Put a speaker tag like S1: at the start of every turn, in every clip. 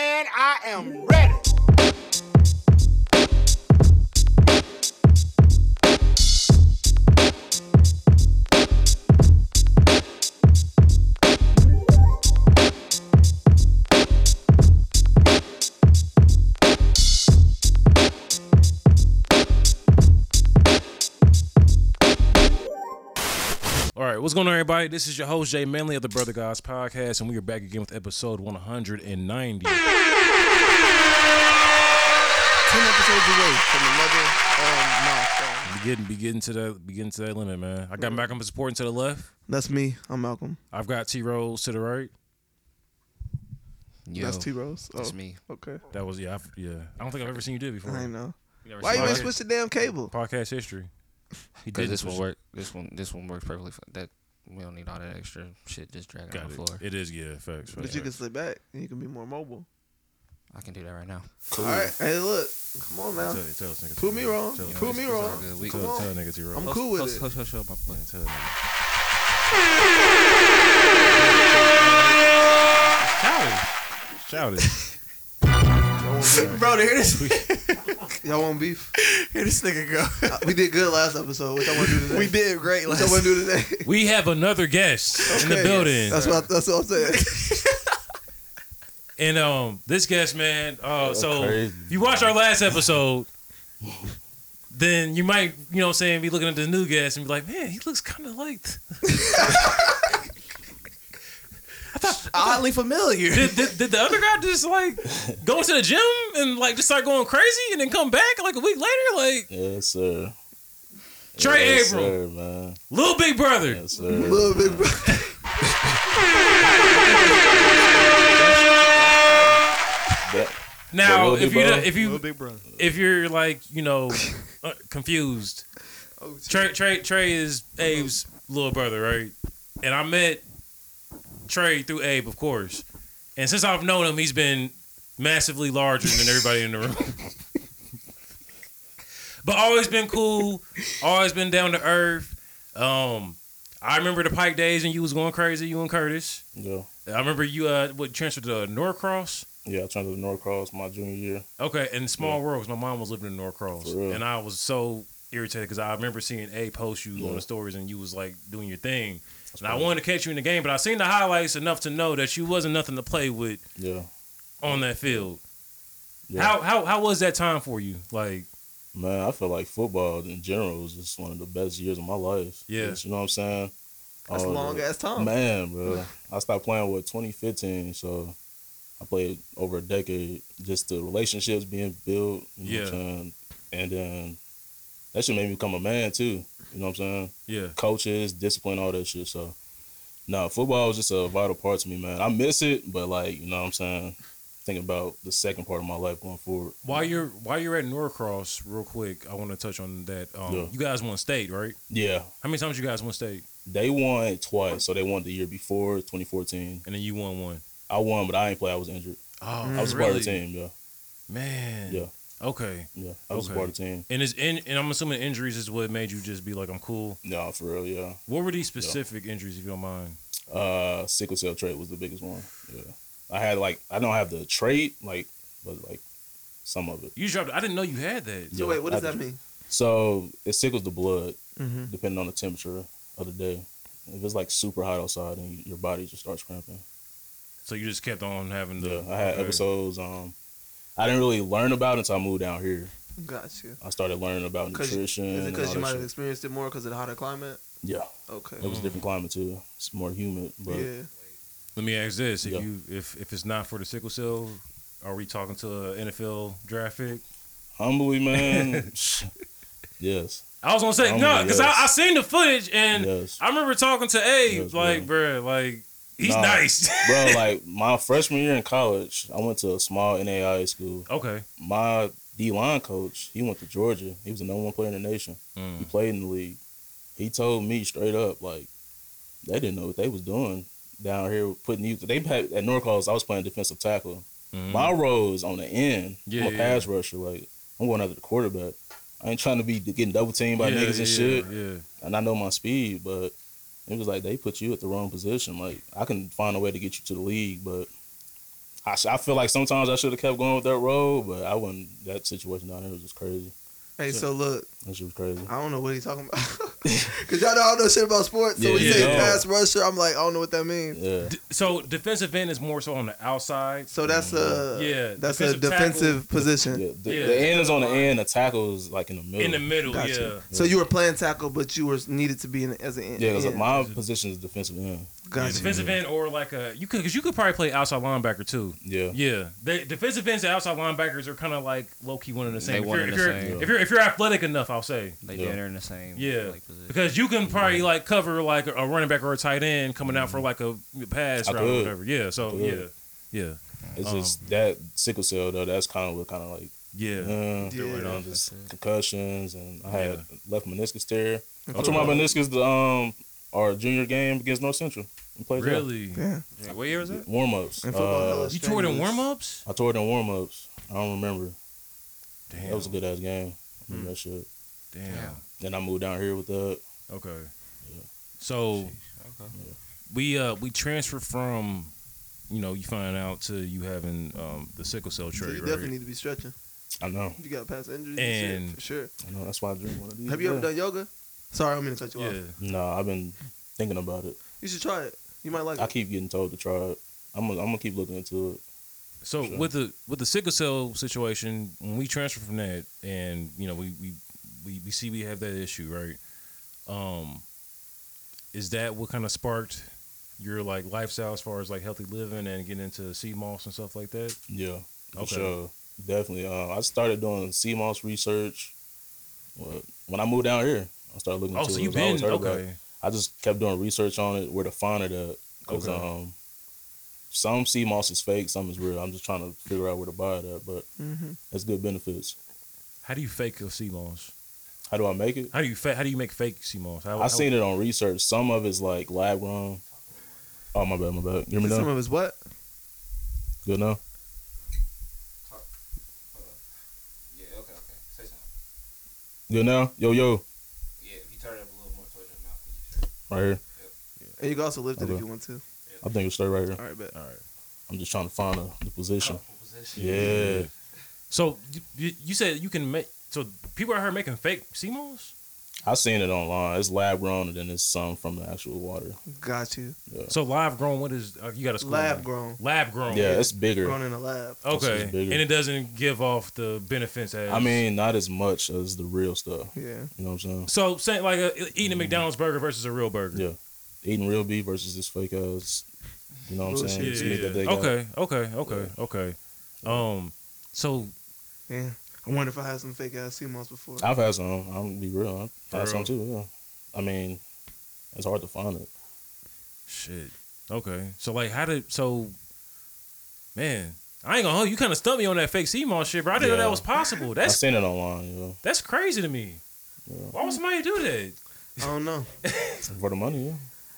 S1: I am ready.
S2: All right, what's going on, everybody? This is your host Jay Manley of the Brother Guys podcast, and we are back again with episode 190.
S3: Ten episodes away from another um, milestone.
S2: Be getting, be getting to the, be getting to that limit, man. I got Malcolm supporting to the left.
S3: That's me. I'm Malcolm.
S2: I've got T Rose to the right.
S4: Yo,
S3: That's T Rose.
S4: That's me.
S3: Oh, Okay.
S2: That was yeah, I've, yeah. I don't think I've ever seen you do it before.
S3: I know.
S4: never
S3: Why
S4: seen
S3: you
S4: it.
S3: even switch the damn cable?
S2: Podcast history. He
S4: Cause
S2: did
S4: this
S2: switch it.
S4: one work. This one, this one works perfectly. For that we don't need all that extra shit just dragging
S2: Got
S4: on the
S2: it.
S4: floor.
S2: It is yeah, facts.
S3: But
S2: facts.
S3: you can sit back and you can be more mobile.
S4: I can do that right now.
S3: All right. Hey, look. Come on now.
S2: Tell, tell this nigga
S3: Prove
S2: T.
S3: me
S2: Rose.
S3: wrong.
S2: Tell,
S3: Prove me
S4: it's all
S3: wrong.
S4: good. We-
S3: Come
S2: tell, tell
S3: on.
S2: nigga T Rose.
S3: I'm cool with
S4: Hush,
S3: it.
S4: hush, hush, hush, my boy.
S2: Yeah, tell nigga. Shout it.
S3: Y'all want
S1: Bro, to hear this,
S3: beef? Y'all want beef?
S1: hear this nigga go.
S3: Uh, We did good last episode. What y'all want to do today?
S1: we did great
S3: What
S1: last
S3: y'all want to do today?
S2: We have another guest in the
S3: Okay.
S2: building.
S3: That's what, I, that's what I'm saying.
S2: And um, this guest, man. Uh, so
S5: crazy.
S2: if you watch our last episode, then you might, you know, what I'm saying, be looking at the new guest and be like, man, he looks kind of like. th-
S1: Oddly familiar.
S2: Did, did, did the other guy just like go into the gym and like just start going crazy and then come back like a week later? Like
S5: Yes, sir.
S2: Trey
S5: yes,
S2: Abram,
S5: sir, man.
S2: little big brother.
S5: Yes, sir.
S3: Little big bro.
S5: But
S2: Now,
S5: Little Big
S2: if you
S5: Brother.
S2: if you
S1: big brother.
S2: if you're like you know uh, confused,
S3: Oh,
S2: Trey, Trey, Trey is Abe's little brother, right? And I met Trey through Abe, of course. And since I've known him, he's been massively larger than everybody in the room. but always been cool, always been down to earth. Um, I remember the Pike days and you was going crazy, you and Curtis.
S5: yeah,
S2: I remember you uh what transferred to Norcross.
S5: yeah. I turned to the North Cross my junior year.
S2: Okay, in small world, 'cause my mom was living in Norcross,
S5: For real.
S2: and I was so irritated because I remember seeing A post you on
S5: Yeah.
S2: the stories, and you was like doing your thing, and I wanted to catch you in the game, but I seen the highlights enough to know that you wasn't nothing to play with
S5: Yeah,
S2: on that field.
S5: Yeah.
S2: How how how was that time for you? Like,
S5: man. I feel like football in general is just one of the best years of my life.
S2: Yeah.
S5: you know what I'm saying.
S3: That's a
S5: All
S3: long
S5: the-
S3: ass time.
S5: Man, bro, I stopped playing with 2015, so I played over a decade. Just the relationships being built. You know what I'm saying? And then that shit made me become a man too. You know what I'm saying?
S2: yeah,
S5: coaches, discipline, all that shit. So, nah, football was just a vital part to me, man. I miss it, but like, you know what I'm saying? Thinking about the second part of my life going forward.
S2: while you're while you're at Norcross, real quick, I want to touch on that. Um,
S5: Yeah.
S2: You guys won state, right?
S5: Yeah,
S2: How many times you guys won state,
S5: they won twice. So they won the year before 2014.
S2: and then you won one.
S5: I won, but I ain't play. I was injured.
S2: Oh,
S5: I was a part
S2: really?
S5: of the team. Yeah,
S2: man.
S5: Yeah.
S2: Okay,
S5: yeah, I was
S2: Okay.
S5: a part of the team.
S2: and it's in, and I'm assuming injuries is what made you just be like, I'm cool.
S5: No, for real. Yeah,
S2: What were these specific injuries, if you don't mind?
S5: uh, sickle cell trait was the biggest one. Yeah, I had like I don't have the trait, like, but like some of it.
S2: You dropped. I didn't know you had that.
S3: So
S5: Yeah,
S3: wait, what does
S5: I-
S3: that mean?
S5: So it sickles the blood.
S3: Mm-hmm.
S5: depending on the temperature of the day. If it's like super hot outside and your body just starts cramping.
S2: So you just kept on having the.
S5: Yeah, I had
S2: okay.
S5: episodes. Um, I didn't really learn about it until I moved down here.
S3: Gotcha.
S5: I started learning about
S3: 'Cause-
S5: nutrition.
S3: Is it
S5: and
S3: because
S5: all
S3: you
S5: that
S3: might have
S5: shit.
S3: experienced it more because of the hotter climate?
S5: Yeah,
S3: Okay.
S5: it was a different
S2: Oh.
S5: climate too. It's more humid, but
S3: yeah.
S2: Let me ask this: If
S5: Yeah.
S2: you, if if it's not for the sickle cell, are we talking to an NFL draft pick?
S5: humbly, man. yes,
S2: I was gonna say
S5: I'm
S2: no,
S5: gonna
S2: because
S5: guess.
S2: I, I seen the footage and
S5: yes,
S2: I remember talking to Abe,
S5: Yes,
S2: like, bruh, like he's
S5: Nah.
S2: nice.
S5: bro. Like my freshman year in college, I went to a small NAIA school.
S2: okay.
S5: My D line coach, he went to Georgia. He was the number one player in the nation. He
S2: Mm.
S5: played in the league. He told me straight up, like, they didn't know what they was doing down here putting you. They had at Norcross. I was playing defensive tackle.
S2: Mhm.
S5: My role is on the end.
S2: Yeah,
S5: I'm a
S2: yeah,
S5: pass rusher. Like, I'm going after the quarterback. I ain't trying to be getting double teamed by
S2: Yeah,
S5: niggas and
S2: yeah,
S5: shit.
S2: Yeah.
S5: And I know my speed, but it was like they put you at the wrong position. Like, I can find a way to get you to the league, but I, sh- I feel like sometimes I should have kept going with that road, but I wasn't. That situation down there was just crazy.
S3: Hey, so look,
S5: That shit was crazy.
S3: I don't know what he's talking about. Cause y'all know I don't know shit about sports. So
S5: Yeah,
S3: when you
S5: yeah,
S3: say
S5: no.
S3: pass rusher, I'm like, I don't know what that means.
S5: Yeah,
S2: D- so defensive end is more so on the outside.
S3: So that's a
S2: Yeah,
S3: that's a
S2: defensive
S3: defensive position.
S5: yeah. The,
S2: Yeah.
S5: the end is on the end. The tackle is like in the middle.
S2: In the middle,
S3: Gotcha.
S2: yeah.
S3: So you were playing tackle, but you were needed to be in as an end.
S5: yeah, because
S3: end.
S5: my position is defensive end.
S2: Yeah,
S3: gotcha.
S2: defensive end or like a you could because you could probably play outside linebacker too.
S5: Yeah,
S2: Yeah, the defensive ends and outside linebackers are kind of like low key one and the same.
S4: They
S2: if,
S4: one
S2: you're,
S4: and
S2: if,
S4: the
S2: you're,
S4: same.
S2: if you're if you're athletic enough, I'll say
S4: They
S5: Yeah.
S4: yeah. they're in the same
S2: Yeah.
S4: like, position.
S2: because you can probably like cover like a running back or a tight end coming out for like a pass
S5: Mm-hmm. I
S2: route or
S5: could.
S2: whatever. Yeah, so
S5: I
S2: yeah,
S5: could.
S2: yeah,
S5: it's
S2: Um,
S5: just that sickle cell though. That's kind of what kind of like
S2: yeah.
S5: uh,
S3: Yeah.
S5: you know, just concussions and I had left meniscus tear. I'm
S2: Okay.
S5: talking about meniscus the um our junior game against North Central. We played
S2: Really,
S3: Yeah.
S4: Yeah, what year was that?
S5: warm ups.
S3: And football, hella
S2: you tore it in
S3: strenuous.
S2: warm ups.
S5: I tore it in warm ups. I don't remember.
S2: Damn,
S5: That was a good ass game. I remember that shit.
S2: damn.
S5: Then I moved down here with that.
S2: Okay, so
S4: Okay.
S2: we uh we transfer from. You know, you find out to you having um, the sickle cell
S3: So
S2: trait,
S3: you
S2: right?
S3: definitely need to be stretching.
S5: I know.
S3: You got past injuries and
S2: And-
S3: shit, for sure.
S5: I know. That's why I drink one of these.
S3: Have you ever
S5: Yeah.
S3: done yoga? Sorry, I'm gonna cut you
S2: yeah,
S3: off.
S5: Nah, I've been thinking about it.
S3: You should try it. You might like
S5: I
S3: it.
S5: keep getting told to try it. I'm gonna, I'm gonna keep looking into it.
S2: So
S5: Sure.
S2: with the with the sickle cell situation, when we transfer from that, and you know we we we, we see we have that issue, right? Um, is that what kind of sparked your like lifestyle as far as like healthy living and getting into sea moss and stuff like that?
S5: Yeah, for
S2: Okay.
S5: sure, definitely. Uh, I started doing sea moss research uh, when I moved down here. I started looking.
S2: Oh,
S5: into
S2: so
S5: it.
S2: you've
S5: I always
S2: been
S5: heard about it.
S2: okay,
S5: I just kept doing research on it, where to find it at. Cause
S2: Okay.
S5: um, some sea moss is fake, some is real. I'm just trying to figure out where to buy it at, but
S3: Mm-hmm.
S5: it's good benefits.
S2: How do you fake your sea moss?
S5: How do I make it?
S2: How do you fa- how do you make fake sea moss? How,
S5: I seen it on research. Some of it's like lab grown. Oh my bad, my bad. You hear me
S3: Some
S5: now?
S3: of it's what?
S5: Good now.
S4: Yeah, okay, okay. Say something.
S5: Good now. Yo yo,
S4: Yeah, if you turn it up a little more towards your mouth,
S5: right here.
S3: And you can also lift it if
S5: Okay.
S3: you want to.
S5: I think it's straight right here.
S3: All right, bet.
S2: All right.
S5: I'm just trying to find a, the position.
S4: Oh,
S5: Yeah.
S2: So you- you, you said you can make so people out here making fake sea moss.
S5: I seen it online. It's lab grown and then it's some from the actual water.
S3: Got you.
S2: So live grown, what is uh, you got a school
S3: Lab
S2: name.
S3: grown.
S2: Lab grown.
S5: Yeah, it's bigger.
S3: Grown in a lab.
S2: Okay,
S5: It's
S2: and
S5: bigger.
S2: it doesn't give off the benefits as
S5: I mean, not as much as the real stuff.
S3: Yeah.
S5: You know what I'm saying?
S2: so say like a, eating a McDonald's burger versus a real burger.
S5: Yeah. Eating real beef versus this fake ass. You know what I'm
S3: Bullshit.
S5: saying?
S2: yeah,
S5: This
S2: yeah,
S5: meat that
S2: yeah.
S5: they got.
S2: Okay, okay, okay, okay. Um, so
S3: Yeah. I wonder if I had some fake ass sea moss before.
S5: I've had some. I'm gonna be real. I
S2: For
S5: had some
S2: real?
S5: too. Yeah. I mean, it's hard to find it.
S2: shit. Okay, so like how did so? Man, I ain't gonna hold you. you Kind of stumped me on that fake CMOS shit, bro. I didn't know
S5: Yeah.
S2: that was possible.
S5: I
S2: That's
S5: seen it online. You know,
S2: that's crazy to me. Why would somebody do that?
S3: I don't know.
S5: for the money. Yeah.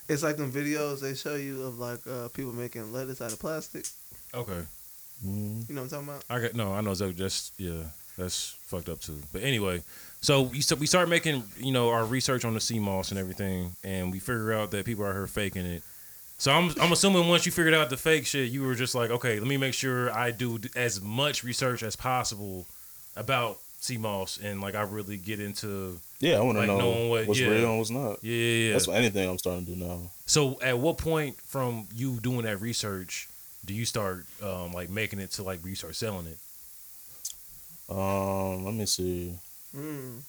S3: It's like them videos they show you of like uh, people making lettuce out of plastic.
S2: Okay,
S5: Mm.
S3: You know what I'm talking about?
S2: I got no. I know that that's yeah, that's fucked up too. But anyway, so we st- we start making you know our research on the sea moss and everything, and we figure out that people are here faking it. So I'm I'm assuming once you figured out the fake shit, you were just like, okay, let me make sure I do d- as much research as possible about sea moss, and like I really get into
S5: Yeah, I want to
S2: Like
S5: know
S2: knowing what-
S5: what's
S2: yeah.
S5: real and what's not.
S2: yeah yeah. yeah.
S5: That's what anything I'm starting to do now.
S2: So at what point from you doing that research do you start um, like making it to like where you start selling it?
S5: Um, let me see.
S3: Mm.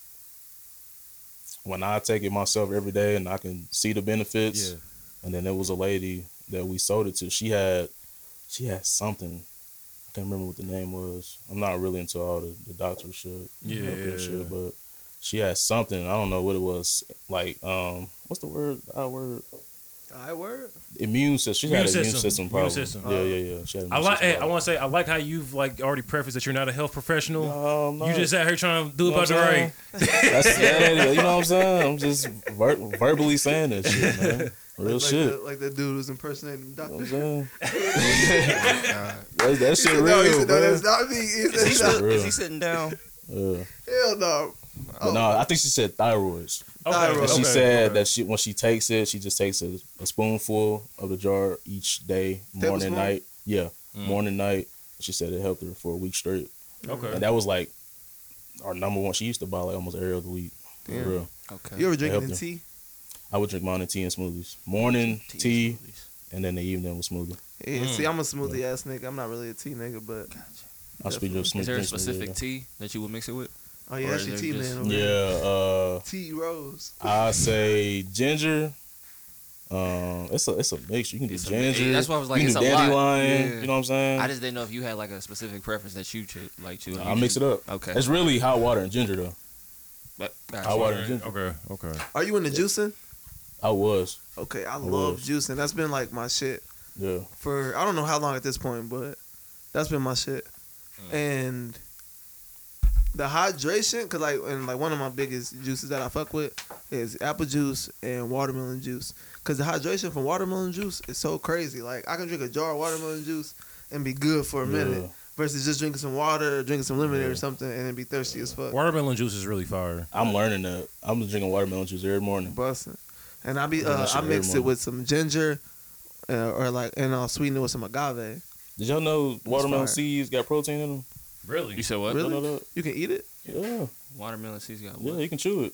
S5: When I take it myself every day and I can see the benefits.
S2: Yeah.
S5: and then there was a lady that we sold it to. She had she had something. I can't remember what the name was. I'm not really into all the, the doctor shit.
S2: Yeah,
S5: medical
S2: yeah, yeah.
S5: shit, but she had something. I don't know what it was. Like, um, what's the word? Our word
S3: I word.
S5: immune system. She had
S2: Immune
S5: an immune
S2: system.
S5: system
S2: Immune
S5: problem.
S2: system.
S5: Yeah, yeah, yeah. She had an
S2: I
S5: immune
S2: like.
S5: system
S2: Hey, I want to say I like how you've like already prefaced that you're not a health professional.
S5: problem. Um, No, I'm
S2: You
S5: not.
S2: just out here trying to do
S5: You
S2: it
S5: know
S2: by
S5: what
S2: the
S5: I'm
S2: right.
S5: saying? That's, yeah, you know what I'm saying? I'm just ver- verbally saying that shit, man. Real
S3: like,
S5: shit.
S3: The, like that dude who's impersonating the
S5: You
S3: doctor.
S5: know what I'm saying? That's-
S3: He
S5: that shit
S3: said, no, he
S5: real,
S3: said, no,
S5: bro.
S3: that's not me. He
S4: Is he,
S3: said,
S5: still-
S4: still,
S5: is he
S4: sitting down?
S5: Yeah.
S3: Hell no.
S5: But no, I think she said thyroids.
S3: Thyroid.
S5: And she
S3: Okay,
S5: said that she when she takes it, she just takes a, a spoonful of the jar each day, morning,
S3: Tablespoon? Mm.
S5: night. Yeah,
S2: Mm.
S5: morning, night. She said it helped her for a week straight,
S2: Okay.
S5: and that was like our number one. She used to buy like almost every other week. For
S3: Damn.
S5: real,
S3: You
S4: Okay.
S3: ever
S5: helped
S3: drinking in
S5: them.
S3: tea?
S5: I would drink morning tea and smoothies. Morning tea, and then the evening was smoothie.
S3: Yeah, see,
S2: Mm.
S3: I'm a smoothie ass nigga. I'm not really a tea nigga, but
S5: I speak
S3: Definitely.
S5: of smoothie.
S4: Is there a
S5: and smoothie,
S4: specific
S5: yeah.
S4: tea that you would mix it with?
S3: oh yeah,
S4: Or
S3: that's
S4: is
S3: your
S4: it
S3: tea
S4: just-
S3: man. over there.
S5: Yeah, uh,
S3: tea rose.
S5: I say ginger. Um, it's a it's a mix. You can do
S4: It's a-
S5: ginger.
S4: that's why I was like,
S5: you
S4: it's
S5: can
S4: a
S5: do
S4: lot.
S5: dandelion.
S4: Yeah.
S5: You know what I'm
S3: Mm.
S5: saying?
S4: I just didn't know if you had like a specific preference that you cho- like to.
S5: I mix it up.
S4: Okay.
S5: It's really hot water and ginger though.
S4: But,
S5: I
S4: gotcha.
S5: water and ginger.
S2: Okay. Okay.
S3: Are you into juicing?
S5: I was.
S3: Okay, I love
S5: was.
S3: juicing. That's been like my shit
S5: Yeah.
S3: for I don't know how long at this point, but that's been my shit.
S5: Mm.
S3: And the hydration, cause like and like one of my biggest juices that I fuck with is apple juice and watermelon juice. Cause the hydration from watermelon juice is so crazy. Like I can drink a jar of watermelon juice and be good for a minute versus just drinking some water, or drinking some lemonade or something, and then be thirsty as fuck.
S2: Watermelon juice is really fire.
S5: I'm learning that. I'm just drinking watermelon juice every morning.
S3: busting. And I be
S5: Yeah,
S3: uh,
S5: that shit
S3: I
S5: every
S3: mix it
S5: morning.
S3: with some ginger, uh, or like and I'll sweeten it with some agave.
S5: Did y'all know
S3: fire.
S5: watermelon seeds got protein in them?
S2: Really?
S4: You said what?
S3: Really?
S5: Y'all know that?
S3: You can eat it.
S5: Yeah.
S4: Watermelon seeds got
S5: Yeah,
S4: what?
S5: you can chew it.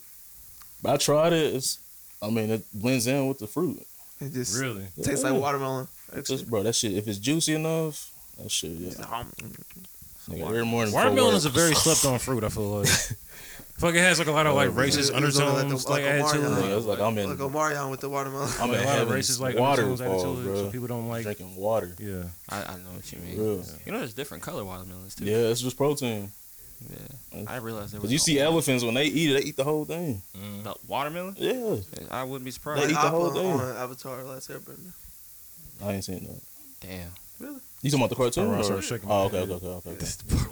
S5: But I tried it. It's, I mean, it blends in with the fruit.
S3: It just
S2: Really?
S3: tastes like
S5: Yeah.
S3: watermelon. It's
S5: Just, bro, that shit, if it's juicy enough, that shit, yeah. Nigga, every morning. before
S2: Watermelon
S5: work.
S2: is a very slept on fruit. I feel like. Fuck, it has like a lot of like
S3: It's
S2: racist
S3: gonna let the-
S2: undertones like
S3: like a
S2: added
S3: Mario.
S2: to it.
S5: Yeah, it's like I'm in,
S3: like
S4: oh
S3: Omarion with the watermelon.
S5: I'm in
S2: Like, a lot of
S5: heaven's
S2: racist like undertones added
S5: waterfall,
S2: to it. So
S5: bro.
S2: people don't like.
S5: Drinking water.
S2: Yeah.
S4: I, I know what you mean.
S5: Real.
S4: You know, there's different color watermelons too.
S5: Yeah, it's just protein.
S4: Yeah. I realized there was.
S5: Cause you
S4: no-
S5: see elephants when they eat it, they eat the whole thing.
S2: Mm.
S4: the watermelon.
S5: Yeah,
S4: I wouldn't be
S5: They
S4: surprised.
S5: eat the whole
S3: Appa
S5: thing.
S3: on Avatar Last Airbender.
S5: I ain't seen that.
S4: Damn.
S5: You talking about the cartoon?
S2: Alright, I
S5: or-
S2: started shaking my
S5: Oh, okay,
S2: head.
S5: okay, okay, okay. okay.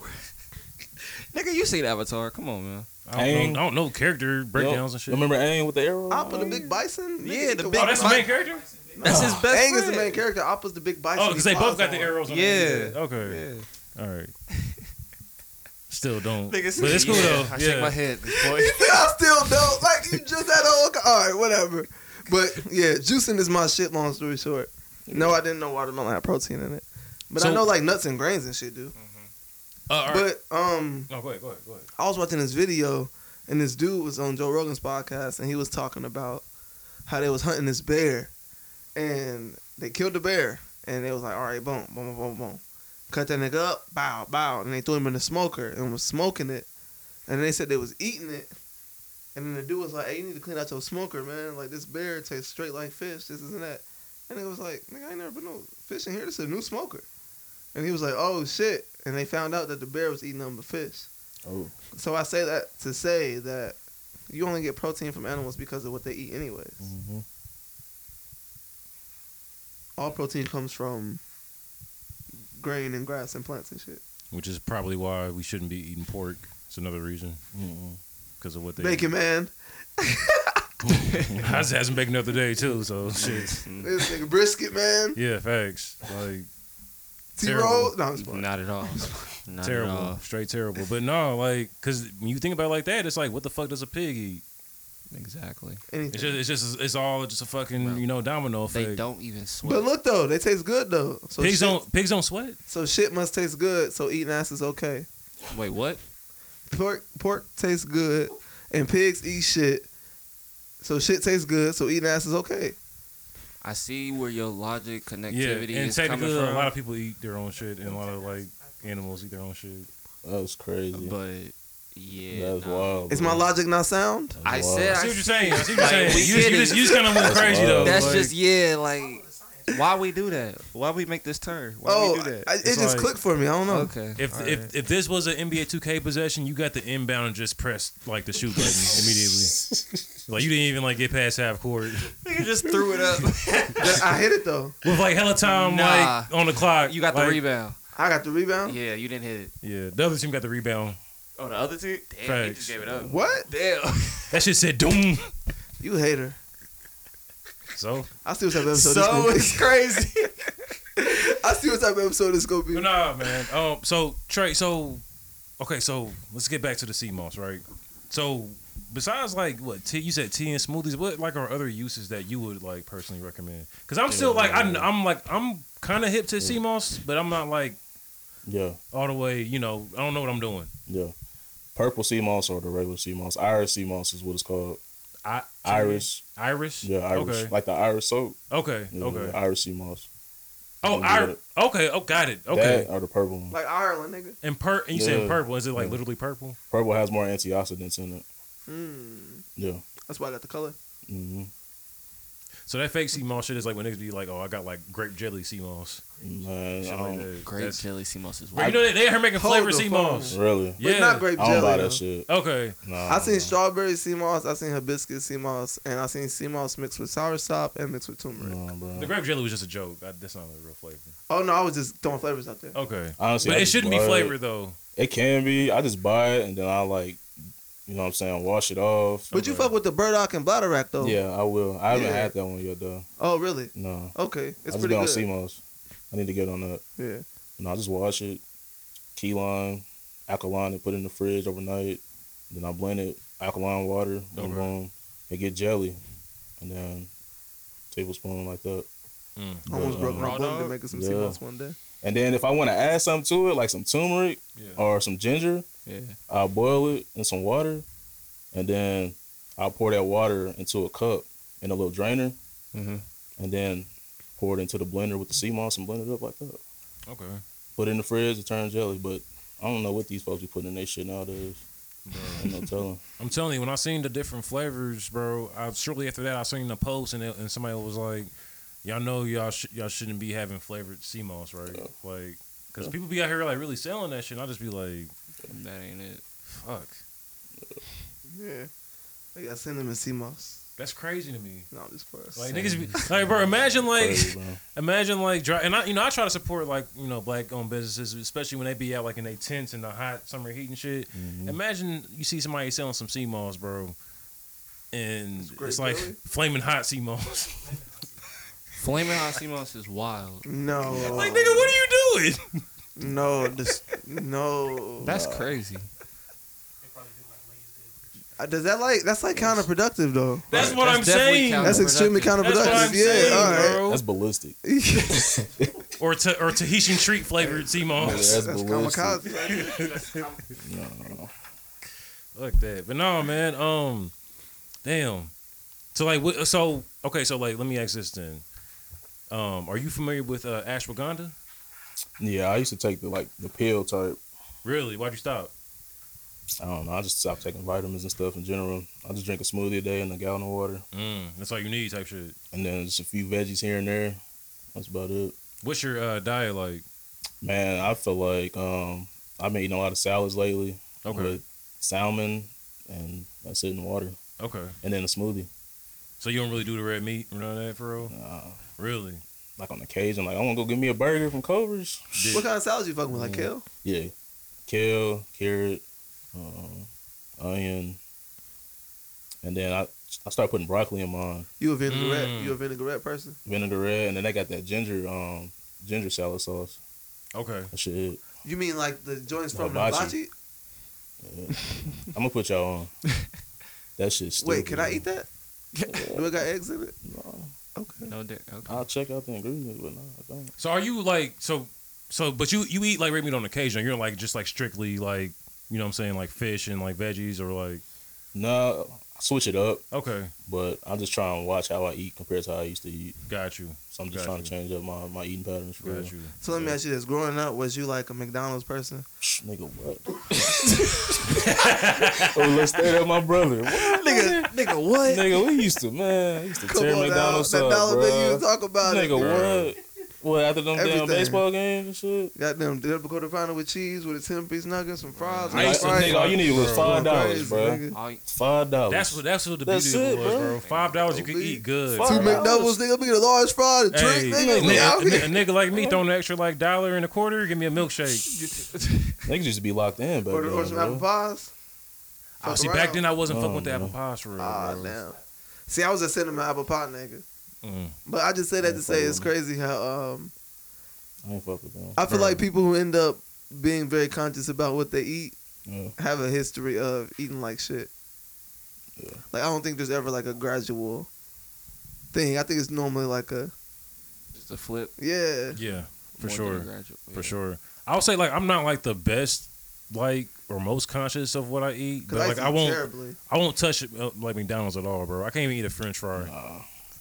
S4: Nigga, you seen Avatar? Come on, man.
S2: I don't,
S5: Aang.
S2: know, I don't know character breakdowns and
S5: Yup.
S2: shit.
S5: Remember Aang with the arrow?
S3: Appa the big bison. Nigga,
S4: Yeah,
S3: eat
S4: the big-
S2: Oh,
S3: watermelon.
S2: that's the main character.
S4: That's his best.
S3: Aang is the
S4: friend.
S3: main character. Appa's the big bison.
S2: Oh, because
S3: he
S2: they both
S3: flies
S2: got the
S3: on.
S2: arrows. on
S4: Yeah.
S2: their head. Okay.
S4: Yeah.
S2: All right. Still don't. But
S3: Nigga,
S2: it's cool though.
S4: I
S2: yeah.
S4: shake my head. Boy.
S3: I still don't like you. Just that old. All right, whatever. But yeah, juicing is my shit. Long story short, no, I didn't know watermelon had protein in it, but I
S2: So-
S3: know like nuts and grains and shit do.
S2: Uh, all right.
S3: But um,
S2: no, Oh, go ahead. Go ahead. Go ahead.
S3: I was watching this video, and this dude was on Joe Rogan's podcast, and he was talking about how they was hunting this bear, and they killed the bear, and they was like, all right, boom, boom, boom, boom, cut that nigga up, bow, bow, and they threw him in the smoker and was smoking it, and they said they was eating it, and then the dude was like, hey, you need to clean out your smoker, man, like this bear tastes straight like fish, this isn't that, and it was like, nigga, I ain't never been no fish in here, this is a new smoker, and he was like, oh shit, and they found out that the bear was eating nothing but fish.
S5: Oh,
S3: So I say that to say that you only get protein from animals because of what they eat, anyways.
S5: hmm
S3: All protein comes from grain and grass and plants and shit.
S2: Which is probably why we shouldn't be eating pork. It's another reason
S5: mm-hmm.
S2: because of what they.
S3: Bacon, man.
S2: I just had some bacon the other day too. So shit.
S4: Mm.
S3: This nigga brisket, man.
S2: Yeah, facts. Like
S3: T
S2: terrible.
S3: roll. No, I'm just playing.
S4: Not at all. Not at
S2: terrible,
S4: all.
S2: straight terrible. But no, like, cause when you think about it like that, it's like, what the fuck does a pig eat?
S4: Exactly.
S3: anything.
S2: It's just, it's just, it's all just a fucking,
S4: Bro.
S2: you know, domino
S4: They
S2: effect.
S4: don't even sweat.
S3: but look though, they taste good though. So
S2: pigs
S3: shit,
S2: don't, pigs don't sweat.
S3: So shit must taste good. So eating ass is okay.
S4: Wait, what?
S3: Pork pork tastes good, and pigs eat shit. So shit tastes good. So eating ass is okay.
S4: I see where your logic
S2: Yeah,
S4: connectivity
S2: and
S4: is coming
S2: technically, a
S4: from,
S2: lot of people eat their own shit, and a lot of like animals eat their own shit.
S5: that was crazy.
S4: but yeah,
S5: That's
S4: nah.
S5: wild.
S3: Is
S5: bro.
S3: my logic not sound?
S4: I
S5: wild.
S4: said
S2: I
S4: I
S2: see what you're saying. I see what you're
S4: Like,
S2: saying.
S4: we
S2: You, just-
S4: get
S2: you
S4: it.
S2: just, you just kind of went crazy
S5: wild.
S2: though.
S4: That's
S2: Like,
S4: just yeah, like why we do that? Why we make this turn? Why
S3: oh,
S4: we do that?
S3: I- it
S2: It's like-
S3: just clicked for me. I don't know.
S4: okay.
S2: If
S4: all
S2: if
S4: right.
S2: if this was an NBA 2K possession, you got the inbound and just pressed like the shoot button immediately. Like you didn't even like get past half court
S4: nigga just threw it up,
S3: I hit it though.
S2: with like hella time
S4: Nah.
S2: like on the clock.
S4: you got the
S2: like,
S4: rebound.
S3: I got the rebound.
S4: Yeah, you didn't hit it.
S2: Yeah, the other team got the rebound.
S4: Oh, the other team. Damn, he
S2: Facts.
S4: just gave it up.
S3: What?
S4: Damn.
S2: That shit said doom.
S3: You hater.
S2: So
S3: I see what type of episode this
S4: so
S3: gonna be.
S4: it's crazy.
S3: I see what type of episode this gonna be.
S2: But nah, man. Um, so Trey, so okay, so let's get back to the sea moss, right? So besides like what tea, you said, tea and smoothies, what like are other uses that you would like personally recommend? Because I'm still like I, I'm like I'm kind of hip to sea moss, but I'm not like
S5: Yeah,
S2: all the way. You know, I don't know what I'm doing.
S5: yeah. Purple sea moss or the regular sea moss. Irish sea moss is what it's called.
S2: I
S5: Irish.
S2: Irish.
S5: Yeah, Irish.
S2: Okay.
S5: Like the Irish soap.
S2: Okay.
S5: Yeah,
S2: okay.
S5: the Irish sea moss.
S2: Oh,
S5: Yeah.
S2: I okay. Oh, got it. Okay.
S5: That or the purple one.
S3: Like Ireland, nigga.
S2: and per and you said
S5: Yeah.
S2: purple. Is it like
S5: Yeah.
S2: literally purple?
S5: Purple has more antioxidants in it.
S3: Mm.
S5: Yeah.
S3: That's why I got the color.
S5: Mm-hmm.
S2: So that fake sea moss shit is like when niggas be like, "Oh, I got like grape jelly sea moss."
S5: Man,
S2: Shit
S5: Mm-hmm. I
S2: like
S5: don't,
S2: that.
S4: Grape
S2: That's-
S4: jelly sea moss is
S2: Bro, you
S4: wild.
S2: know they, they are making
S3: Hold
S2: flavor
S3: the
S2: sea
S3: phone.
S2: moss.
S5: really.
S3: But
S2: Yeah.
S3: not grape
S5: I don't
S3: jelly.
S5: buy
S3: though.
S5: that shit.
S2: Okay.
S5: Nah,
S3: I seen
S5: nah.
S3: strawberry sea moss. I seen hibiscus sea moss, and I seen sea moss mixed with sour sop and mixed with turmeric.
S5: Nah, bro.
S2: The grape jelly was just a joke. I, that's not a real flavor.
S3: Oh no, I was just throwing flavors out there.
S2: Okay.
S5: Honestly,
S2: but
S5: I
S2: it
S5: just
S2: shouldn't be
S5: buy it.
S2: flavored though.
S5: It can be. I just buy it and then I like, you know what I'm saying, wash it off.
S3: But you
S2: Okay.
S3: fuck with the burdock and bladder rack though.
S5: Yeah, I will. I haven't
S3: Yeah.
S5: had that one yet though.
S3: Oh really?
S5: No,
S3: Okay,
S5: I
S3: it's
S5: just
S3: pretty
S5: been on
S3: good.
S5: CMOS. I need to get on that.
S3: Yeah.
S5: No, I just wash it, key lime, alkaline, and put it in the fridge overnight. Then I blend it, alkaline water, boom,
S2: Okay.
S5: boom, and get jelly, and then tablespoon like that.
S2: Mm.
S3: Almost
S5: But,
S3: broke
S5: um,
S3: my
S2: Raw
S3: bum to
S2: dog?
S3: make us some
S5: Yeah.
S3: sea moss one day.
S5: And then if I want to add something to it, like some turmeric
S2: Yeah.
S3: Oh.
S5: or some ginger,
S4: Yeah.
S5: I'll boil it in some water, and then I'll pour that water into a cup in a little drainer,
S4: Mm-hmm.
S5: and then pour it into the blender with the sea moss and blend it up like that.
S2: Okay.
S5: Put it in the fridge, it turns jelly. But I don't know what these folks be putting in their shit nowadays.
S2: Bro.
S5: Ain't no telling.
S2: I'm telling you, when I seen the different flavors, bro, I shortly after that I seen the post and, it, and somebody was like, "Y'all know y'all sh- y'all shouldn't be having flavored sea moss, right? Like 'cause Like, because
S5: Yeah.
S2: people be out here like really selling that shit. And I just be like,
S4: That ain't it.
S2: fuck,
S3: Yeah. They got cinnamon sea moss.
S2: that's crazy to me.
S3: No, I'm just first.
S2: Like
S4: Same.
S2: niggas, be, like bro, imagine like
S5: Crazy, bro.
S2: imagine like dry, and I you know I try to support like you know black owned businesses, especially when they be out like in their tents in the hot summer heat and shit.
S5: Mhm.
S2: Imagine you see somebody selling some sea moss, bro, and it's,
S3: grape
S2: like
S3: jelly?
S2: flaming hot sea moss.
S4: Flaming hot sea moss is wild.
S3: no.
S2: Like, nigga, what are you doing?
S3: No, this, no.
S4: That's crazy.
S3: Uh, Does that like that's like counterproductive though?
S2: That's what I'm
S4: definitely
S2: saying.
S4: counter-
S3: That's extremely counterproductive.
S4: Counterproductive.
S2: That's what I'm
S3: yeah,
S2: saying,
S3: all right.
S2: bro.
S5: That's ballistic.
S2: Or ta- or Tahitian treat flavored sea moss.
S5: That's
S3: That's
S5: ballistic.
S3: kamikaze.
S2: Fuck that. But no, man. Um, damn. So like, what, so okay. So like, let me ask this then. Um, are you familiar with uh, ashwagandha?
S5: Yeah, I used to take the like the pill type.
S2: Really? Why'd you stop?
S5: I don't know. I just stopped taking vitamins and stuff in general. I just drink a smoothie a day and a gallon of water,
S2: Mm, that's all you need, type shit.
S5: and then just a few veggies here and there. That's about it.
S2: What's your uh, diet like?
S5: Man, I feel like um, I've been eating a lot of salads lately
S2: Okay.
S5: with salmon, and that's it in the water,
S2: Okay.
S5: and then a smoothie.
S2: So you don't really do the red meat or none of that, for real?
S5: Uh,
S2: Really?
S5: like on occasion, like I want to go get me a burger from Culver's.
S2: Did-
S3: what kind of salads you fucking with? Like
S5: Mm.
S3: kale?
S5: Yeah, kale, carrot, uh, onion, and then I I started putting broccoli in mine,
S3: You a vinaigrette?
S2: Mm.
S3: You a vinaigrette person?
S5: vinaigrette, and then I got that ginger um ginger salad sauce.
S2: okay.
S5: That shit. It.
S3: You mean like the joints
S5: No,
S3: from the
S5: hibachi.
S3: hibachi?
S5: I'm gonna put y'all on. That shit's stupid.
S3: Wait, can I eat that? Do it got eggs in it?
S5: No,
S3: Okay.
S4: No, di- okay.
S5: I'll check out the ingredients, but no, I don't.
S2: So are you like so so but you you eat like red meat on occasion. You're like just like strictly like you know what I'm saying like fish and like veggies or like
S5: No, I switch it up,
S2: okay,
S5: but I'm just trying to watch how I eat compared to how I used to eat.
S2: got you.
S5: So I'm just
S2: Got
S5: trying to change up my, my eating patterns for real.
S2: Got you.
S3: So let me ask you this: Growing up, was you like a McDonald's person?
S5: Psh, nigga, what? oh, let's stay at my brother. What?
S3: nigga, nigga, what?
S5: Nigga, we used to, man. We used to
S3: Come
S5: tear
S3: on
S5: McDonald's
S3: now,
S5: up,
S3: that dollar
S5: bruh.
S3: bill you talk about it.
S5: Nigga, what? What, after them damn
S3: Everything.
S5: baseball games and shit?
S3: Goddamn, Del Dakota final with cheese with a ten piece nuggets, some fries.
S2: I
S5: Like,
S2: used to-
S3: fries.
S5: nigga, all you needed was
S2: Bro.
S5: $5,
S3: Crazy,
S5: bro.
S3: nigga.
S4: All you-
S5: $5.
S2: That's what that's what the
S5: That's
S2: beauty of it
S5: it,
S2: was,
S5: bro.
S2: bro. Five dollars you could
S3: Please.
S2: eat good.
S5: Fuck.
S3: Two
S2: bro.
S5: Five
S3: McDoubles, nigga. Let me get a large fry and a drink,
S2: Hey,
S3: nigga.
S5: nigga,
S3: We out
S2: Nigga,
S3: here.
S2: a nigga like me throwing an extra like dollar and a quarter, give me a milkshake.
S5: Niggas used to be locked in back
S3: Or,
S5: then,
S3: or some
S2: uh,
S5: bro.
S3: apple pies.
S2: Oh,
S3: Fuck
S2: see,
S3: around.
S2: back then I wasn't
S5: Oh,
S2: fucking with the
S5: no.
S2: apple pies for real.
S3: Ah,
S2: bro.
S3: damn. See, I was a cinnamon apple pie nigga.
S2: Mm.
S3: But I just say that to say it's
S5: Mhm.
S3: crazy how um
S5: I ain't fuck with them.
S3: I feel
S2: Bro.
S3: like people who end up being very conscious about what they eat
S5: Yeah.
S3: have a history of eating like shit.
S5: Yeah.
S3: Like I don't think there's ever like a gradual thing. I think it's normally like a
S4: It's a flip.
S3: Yeah.
S2: Yeah, for
S4: more than
S2: sure.
S4: a graduate.
S2: For sure. I'll say like I'm not like the best like or most conscious of what I eat, but
S3: Because
S2: like
S3: I used to
S2: I
S3: eat
S2: won't
S3: terribly.
S2: I won't touch uh, like McDonald's at all, bro. I can't even eat a French fry.
S5: Nah.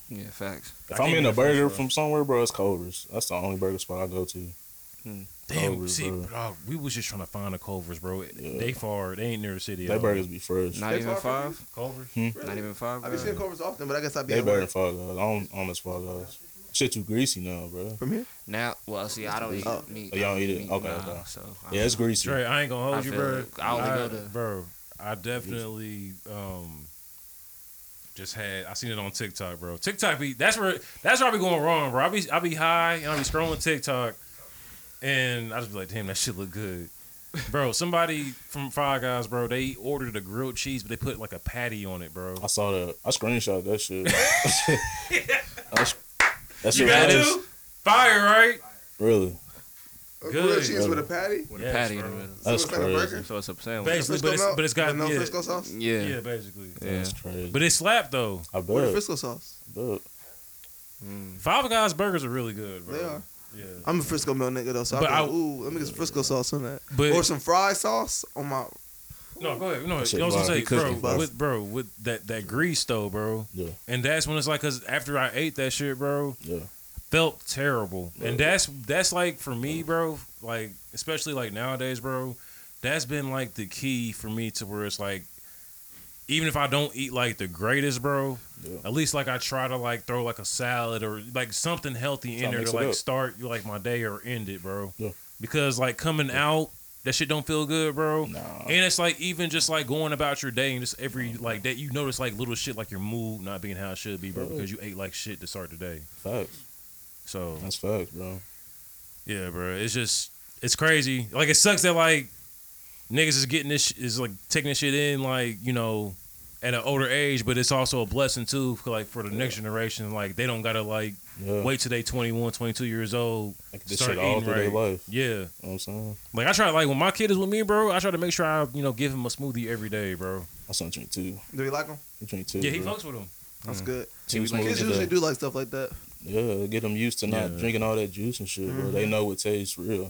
S4: Yeah, facts.
S5: If
S2: I
S5: I'm
S2: can't
S5: in
S2: eat
S5: a burger
S2: French fry.
S5: from somewhere, bro, it's Culver's. That's the only burger spot I go to.
S2: damn,
S5: Culver's,
S2: see,
S5: bro.
S2: dog, we was just trying to find a Culver's, bro.
S5: Yeah.
S2: They far, they ain't near the city.
S5: They
S2: at all.
S5: burgers be fresh.
S4: Not
S3: They
S4: even
S3: far from
S4: five.
S2: Culver's.
S4: Not even five.
S3: I've been
S4: guys?
S3: seeing Culver's often, but I guess I'd be
S5: They
S3: at
S5: better than
S3: work.
S5: Five Guys. I don't, I don't miss Five Guys. Shit too greasy now, bro.
S3: From here?
S4: Now, well, see, I don't eat
S3: Oh.
S4: meat.
S5: Oh, you don't eat it?
S4: Meat,
S5: Okay,
S4: nah,
S5: okay.
S4: So I
S5: Yeah, it's greasy.
S2: Dre, I ain't gonna hold
S4: I
S2: you,
S4: feel
S2: bro.
S4: it. I only go to-
S2: bro. I definitely um just had I seen it on TikTok, bro. TikTok be that's where that's where I be going wrong, bro. I be I be high and I be scrolling TikTok and I just be like, damn, that shit look good. Bro, somebody from Five Guys, bro, they ordered a grilled cheese, but they put like a patty on it, bro.
S5: I saw that. I screenshot that shit. I sc- that
S2: You
S5: shit
S2: got
S5: was
S2: to? Fire, right?
S5: really.
S3: A
S2: Good.
S3: grilled cheese with a patty?
S2: With
S4: a patty in the middle.
S5: That's
S3: So it's like a
S5: crazy.
S3: burger?
S4: So it's a sandwich.
S2: Basically,
S3: Frisco
S2: but it's,
S3: melt?
S2: but it's got
S3: With no
S2: yeah,
S3: Frisco sauce?
S4: yeah.
S2: yeah, basically.
S4: Yeah.
S5: That's crazy.
S2: But it slapped though.
S5: I
S3: What
S5: bet.
S3: the Frisco sauce?
S5: I bet.
S4: Mm.
S2: Five Guys burgers are really good, bro.
S3: They are.
S2: Yeah.
S3: I'm a Frisco Mill nigga though, so
S2: But
S3: I
S2: I-
S3: go, ooh, let me get some Frisco sauce on that,
S2: But-
S3: or some fried sauce on my.
S2: No, go ahead. No,
S5: That
S2: you
S5: shit
S2: know what I'm
S5: fire.
S2: saying,
S5: He cooking
S2: bro.
S5: fire.
S2: With bro, with that that grease though, bro.
S5: Yeah.
S2: And that's when it's like, cause after I ate that shit, bro,
S5: Yeah.
S2: felt terrible. And that's that's like for me, bro. Like especially like nowadays, bro. That's been like the key for me to where it's like, even if I don't eat like the greatest, bro.
S5: Yeah.
S2: At least like I try to like throw like a salad or like something healthy in
S5: Something
S2: there to
S5: mix it
S2: like
S5: up.
S2: start like my day or end it, bro.
S5: Yeah.
S2: Because like coming out, that shit don't feel good, bro.
S5: Nah.
S2: Oh, And it's like even just like going about your day and just every like that you notice like little shit like your mood not being how it should be, bro,
S5: Yeah.
S2: because you ate like shit to start the day.
S5: Facts.
S2: So
S5: That's facts, bro.
S2: yeah, bro, it's just it's crazy. Like it sucks that like niggas is getting this sh- is like taking this shit in like you know at an older age, but it's also a blessing too. For, like for the next generation, like they don't gotta like
S5: Yeah.
S2: wait till they 21, 22 years old.
S5: Like this
S2: start
S5: shit all
S2: eating
S5: through
S2: right.
S5: their life.
S2: Yeah,
S5: You know what I'm saying?
S2: like I try like when my kid is with me, bro, I try to make sure I you know give him a smoothie every day, bro.
S5: My son drink two.
S3: Do you like them?
S5: He drink two.
S2: Yeah, he
S5: bro.
S2: fucks with him.
S3: That's good.
S5: Two
S4: He be like-
S5: smoothies
S3: Kids
S5: a
S3: usually
S5: day.
S3: do like stuff like that.
S5: Yeah, get them used to not
S2: Yeah.
S5: drinking all that juice and shit, bro.
S4: Mm-hmm.
S5: They know what tastes real.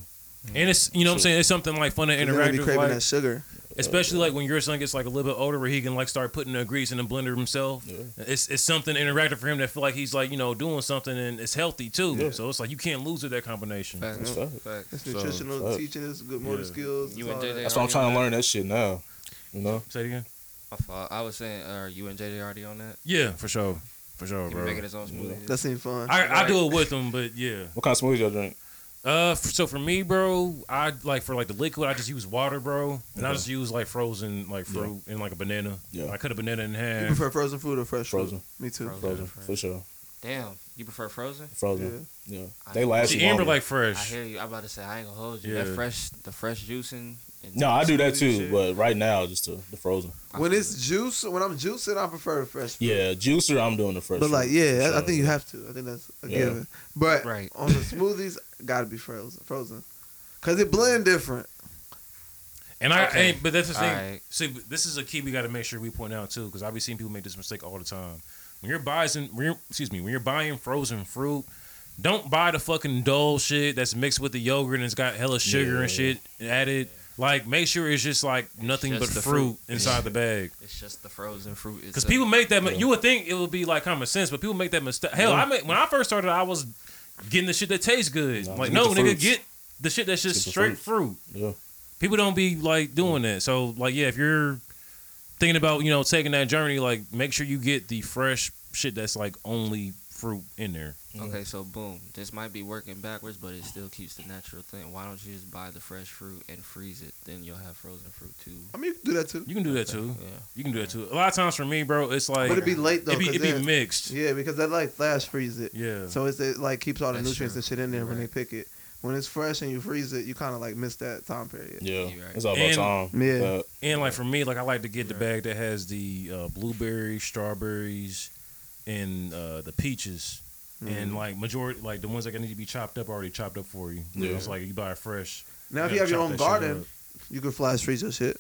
S2: And it's you know what I'm
S5: Shit.
S2: saying it's something like fun and
S3: They're gonna be
S2: interactive,
S3: craving
S2: like,
S3: that sugar.
S2: especially like when your son gets like a little bit older, where he can like start putting the grease in the blender himself.
S5: Yeah.
S2: It's it's something interactive for him that feel like he's like you know doing something and it's healthy too.
S5: Yeah.
S2: So it's like you can't lose with that combination.
S4: Facts.
S5: That's facts.
S4: Facts.
S3: It's
S4: So,
S3: nutritional
S5: fuck.
S3: teaching. It's good motor
S2: Yeah.
S3: skills.
S4: You
S3: it's all
S4: and JJ
S3: that.
S5: That's why I'm trying to learn that shit now. You know?
S2: Say it again.
S4: my fault. I was saying, are you and JJ already on that?
S2: Yeah, for sure, for sure,
S4: He be
S2: Oh, bro.
S4: making his own smoothies.
S3: That seemed fun.
S2: I, I do it with him, but yeah.
S5: What kind of smoothies y'all drink?
S2: Uh, f- so for me, bro, I like for like the liquid, I just use water, bro, and I
S5: Okay.
S2: just use like frozen like fruit and like a banana.
S5: Yeah.
S2: I cut a banana in
S3: you
S2: half.
S3: prefer frozen food or fresh
S5: Frozen.
S3: Food? Me too.
S4: Frozen.
S5: Frozen.
S4: Yeah,
S5: For sure.
S4: Damn, you prefer frozen?
S5: Frozen. Yeah.
S4: I-
S5: They last
S2: See,
S5: longer.
S2: Amber like
S4: I
S2: fresh.
S4: hear you. I'm about to say I ain't gonna hold you.
S2: Yeah.
S4: That fresh, the fresh juicing. and-
S5: No, I do that too,
S3: Shit.
S5: but right now just the, the frozen.
S4: I
S3: When
S4: feel
S3: it's
S4: it.
S3: juice, when I'm juicing, I prefer the fresh. Food.
S5: Yeah, juicer, I'm doing the fresh.
S3: But like,
S5: fruit,
S3: yeah,
S5: for
S3: I, I
S5: sure.
S3: think you have to. I think that's a
S5: Yeah.
S3: given. But
S4: Right.
S3: on the smoothies, gotta be frozen, frozen, cause it blend different.
S2: And I,
S4: Okay.
S2: and- but that's the thing.
S4: Alright.
S2: See, but this is a key we got to make sure we point out too, because I be seeing people make this mistake all the time. When you're buying, when you're, excuse me, when you're buying frozen fruit, don't buy the fucking dull shit that's mixed with the yogurt and it's got hella sugar and
S5: Yeah.
S2: shit added. Like, make sure it's just like nothing
S4: Just
S2: but
S4: the
S2: fruit
S4: fruit.
S2: inside the bag.
S4: It's just the frozen fruit.
S2: Because people make that. mi-
S5: Yeah.
S2: You would think it would be like common sense, but people make that mistake. Hell,
S5: Yeah.
S2: I make, when I first started, I was getting the shit that tastes good.
S5: Nah,
S2: like,
S5: get
S2: no,
S5: the
S2: nigga,
S5: fruits.
S2: get the shit that's just
S5: Get the
S2: straight fruit.
S5: Yeah.
S2: People don't be like doing that. So like, yeah, if you're thinking about you know taking that journey, like make sure you get the fresh shit that's like only fruit in there.
S4: Okay, so boom. This might be working backwards, but it still keeps the natural thing. Why don't you just buy the fresh fruit and freeze it? Then you'll have frozen fruit too.
S3: I mean, you can do that too,
S2: You can do that too.
S4: Yeah.
S2: You can do that too. A lot of times for me, bro, it's like
S3: but it'd be late though.
S2: it be,
S3: 'cause
S2: it be
S3: then-
S2: mixed. Yeah.
S3: Yeah, because that like flash freeze it.
S2: Yeah.
S3: So it's it like keeps all the
S4: That's
S3: nutrients
S4: true.
S3: and shit in there when they
S4: Right.
S3: pick it. When it's fresh and you freeze it, you kind of like miss that time period.
S5: Yeah.
S4: You right.
S5: It's all about
S2: And-
S5: time.
S3: Yeah.
S5: But
S2: And like for me, like I like to get the bag that has the uh, blueberries, strawberries, and uh, the peaches.
S3: Mm-hmm.
S2: And like majority, like the ones that need to be chopped up, already chopped up for you.
S5: Yeah.
S2: It's like you buy it fresh.
S3: Now, if
S2: gotta
S3: you have your
S2: chop
S3: own
S2: that shit
S3: garden,
S2: up.
S3: you can flash freeze your shit.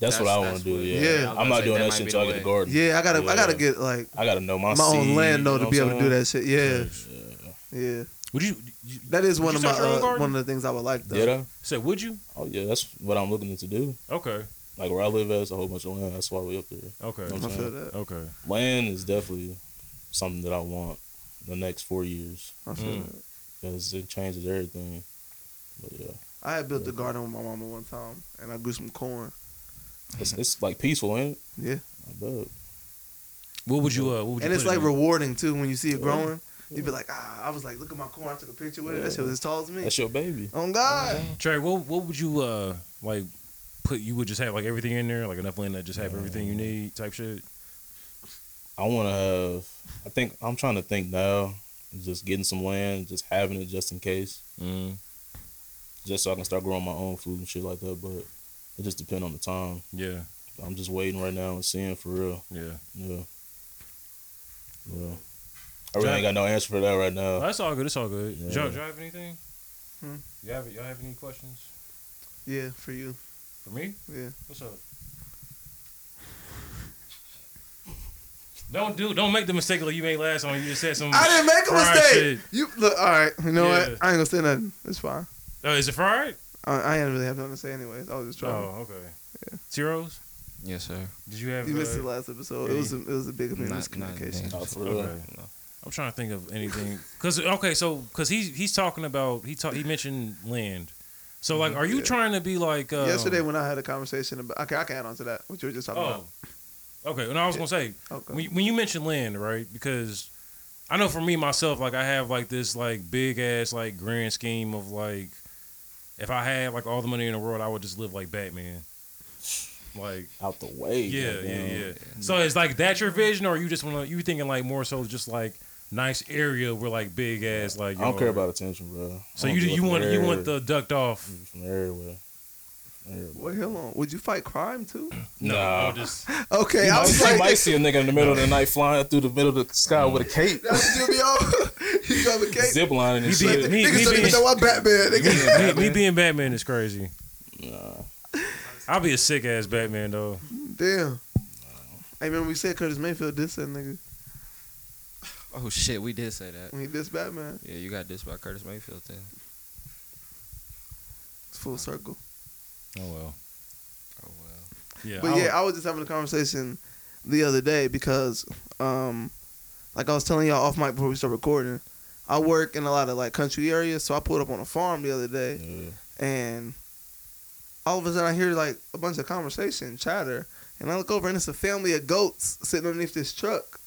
S5: that's, what I
S4: That's- that's
S5: want to do.
S4: what-
S5: Yeah.
S3: Yeah.
S5: I'm not
S4: Say,
S5: doing
S4: that
S5: that
S4: might
S5: shit
S4: be
S5: till I
S4: the
S5: get the
S4: way.
S5: garden.
S3: Yeah, I gotta, I
S5: Yeah.
S3: gotta get like
S5: I gotta know my
S3: my own
S5: seed,
S3: land
S5: you
S3: though
S5: know
S3: to be
S5: what
S3: able
S5: I'm
S3: to do that shit. Yeah,
S5: saying? Yeah.
S3: yeah,
S2: Would you? you
S3: That is
S2: Would
S3: one
S2: you
S3: of my
S2: start your own
S3: uh,
S2: garden?
S3: one of the things I would like though.
S5: Did I?
S2: said would you?
S5: Oh yeah, that's what I'm looking to do.
S2: Okay.
S5: Like where I live at, it's a whole bunch of land. That's why we up there.
S2: Okay.
S3: I feel that.
S2: Okay.
S5: Land is definitely something that I want the next four years
S3: I feel
S2: Mm.
S3: that.
S5: because it changes everything. But yeah,
S3: I had built a garden with my mama one time, and I grew some corn.
S5: it's, it's like peaceful, ain't it?
S3: Yeah,
S5: I bet.
S2: What would you? Uh, what would you?
S3: and it's
S2: put it
S3: like
S2: in?
S3: rewarding too when you see it growing. You'd be like, ah, I was like, look at my corn. I took a picture with it. That shit was as tall as me.
S5: That's your baby.
S3: Oh God,
S2: Trey, what what would you uh like? Put you would just have like everything in there, like enough land that just have everything you need, type shit.
S5: I want to have. I think I'm trying to think now. Just getting some land, just having it just in case,
S2: Mm,
S5: just so I can start growing my own food and shit like that. But it just depends on the time.
S2: yeah,
S5: I'm just waiting right now and seeing for real.
S2: yeah.
S5: Yeah. Yeah. I really ain't got no answer for that right
S2: Oh,
S5: now.
S2: that's all good. It's all good.
S5: Yeah.
S2: Joe, do you have anything?
S3: Uh, Hmm.
S2: You have y'all have any questions
S3: yeah, for you,
S2: for me?
S3: yeah.
S2: What's up? Don't do don't make the mistake like you made last time. You just said some.
S3: I didn't make a
S2: fried
S3: mistake.
S2: shit.
S3: You look all right. You know
S2: Yeah.
S3: what? I ain't gonna say nothing. It's fine.
S2: Oh, is it fried?
S3: I, I ain't really have nothing to say anyways. I was just trying.
S2: Oh, okay. Zeros.
S4: Yes, sir.
S2: Did you have?
S3: You
S2: uh,
S3: missed the last episode. It was a, it was a big
S4: Not- not
S3: miscommunication.
S5: Oh, for real.
S2: Okay. I'm trying to think of anything because okay, so because he's he's talking about he talk, he mentioned land. So like, are you
S3: Mm-hmm. Yeah.
S2: trying to be like um,
S3: Yesterday when I had a conversation about, okay, I can add on to that what you were just talking
S2: Oh, okay. And I was gonna say
S3: about. Okay.
S2: when, when you mentioned land, right? Because I know for me myself, like I have like this like big ass like grand scheme of like if I had like all the money in the world, I would just live like Batman. Like
S5: Out the way.
S2: yeah, yeah,
S5: goddamn.
S2: yeah, So it's like that your vision, or you just want to you thinking like more so just like nice area where like big ass like
S5: I don't
S2: yo,
S5: care about attention, bro.
S2: So
S5: I
S2: you
S5: be
S2: you
S5: looking
S2: want you want the
S5: everywhere.
S2: ducked off?
S5: from everywhere. From everywhere.
S3: Wait, hold on. Would you fight crime too?
S2: No,
S5: Nah.
S2: I'll just
S3: Okay,
S5: You
S3: I
S5: might,
S3: was
S5: you
S3: like,
S5: might see a nigga in the middle of the night flying through the middle of the sky with a cape,
S3: that's what you be on. you got the cake.
S5: zip lining and
S2: You be-
S5: shit.
S2: me-
S3: Niggas don't even
S2: being-
S3: know I'm Batman. Nigga.
S2: me, me being Batman is crazy.
S5: Nah,
S2: I'll be a sick ass Batman though.
S3: Damn. Hey, remember we said Curtis Mayfield dissed that nigga
S4: Oh shit, we did say that.
S3: when he dissed Batman.
S4: Yeah, you got dissed by Curtis Mayfield then.
S3: It's full circle.
S2: Oh well,
S4: Oh well.
S2: yeah.
S3: But yeah, I was just having a conversation the other day because, um, like I was telling y'all off mic before we start recording, I work in a lot of like country areas. So I pulled up on a farm the other day,
S5: yeah.
S3: and all of a sudden I hear like a bunch of conversation chatter, and I look over and it's a family of goats sitting underneath this truck.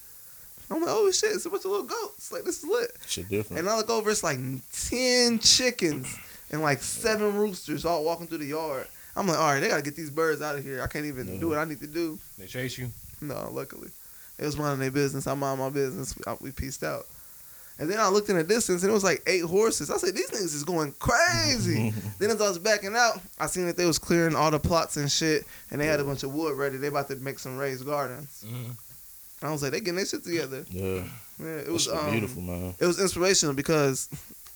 S3: I'm like, oh shit, it's a bunch of little goats. Like this is lit.
S5: shit different.
S3: And I look over, it's like ten chickens and like seven roosters all walking through the yard. I'm like, all right, they gotta get these birds out of here. I can't even do what I need to do.
S2: they chase you.
S3: No, luckily, it was minding their business. I mind my business. We, I- we peaced out. And then I looked in the distance, and it was like eight horses. I said, these niggas is going crazy. then as I was backing out, I seen that they was clearing all the plots and shit, and they had a bunch of wood ready. They about to make some raised gardens. And I was like, they getting their shit together.
S5: yeah,
S3: Yeah, it
S5: it
S3: was
S5: was
S3: um,
S5: beautiful, man.
S3: it was inspirational because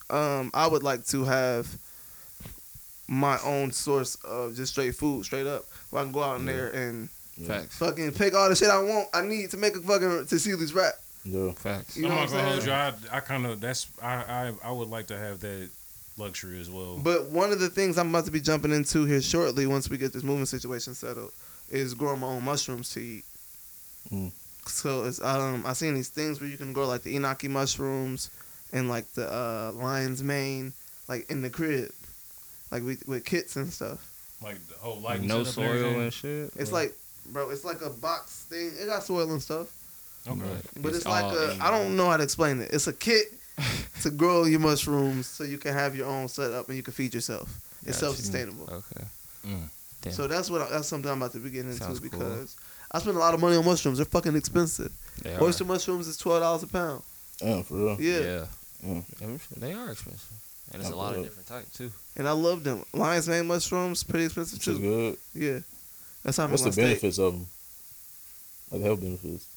S3: um, I would like to have my own source of just straight food, straight up. Where I can go out in there and
S4: Facts.
S3: fucking pick all the shit I want, I need to make a fucking to see these rap.
S5: Yeah,
S4: Facts.
S3: You know
S2: I'm
S3: what
S2: not gonna
S3: I'm
S2: hold you.
S3: saying?
S2: I, I kind of that's I, I I would like to have that luxury as well.
S3: But one of the things I'm about to be jumping into here shortly, once we get this moving situation settled, is growing my own mushrooms to eat.
S5: Mm.
S3: So it's um I seen these things where you can grow like the enoki mushrooms and like the uh, lion's mane, like in the crib, like with, with kits and stuff.
S2: like the whole lighting
S4: no
S2: setup and
S4: soil
S2: everything.
S4: and shit.
S3: It's like, bro, it's like a box thing. It got soil and stuff,
S2: okay.
S3: but it's, like
S4: all
S3: a.
S4: in.
S3: I don't know how to explain it. It's a kit to grow your mushrooms so you can have your own setup and you can feed yourself. It's
S4: Gotcha.
S3: self sustainable.
S4: Okay. Damn.
S3: So that's what I, that's something I'm about to be getting into
S4: Sounds cool.
S3: because I spend a lot of money on mushrooms. They're fucking expensive.
S4: They
S3: Oyster mushrooms is twelve dollars a pound.
S5: damn, for real.
S3: Yeah.
S4: Yeah.
S5: Mm.
S4: I'm sure They are expensive. And it's a lot of different types too.
S3: and I love them. Lion's mane mushrooms pretty expensive
S5: Shit's
S3: too.
S5: good.
S3: Yeah, that's how I make
S5: What's
S3: my
S5: the
S3: steak.
S5: benefits of them? Like health benefits.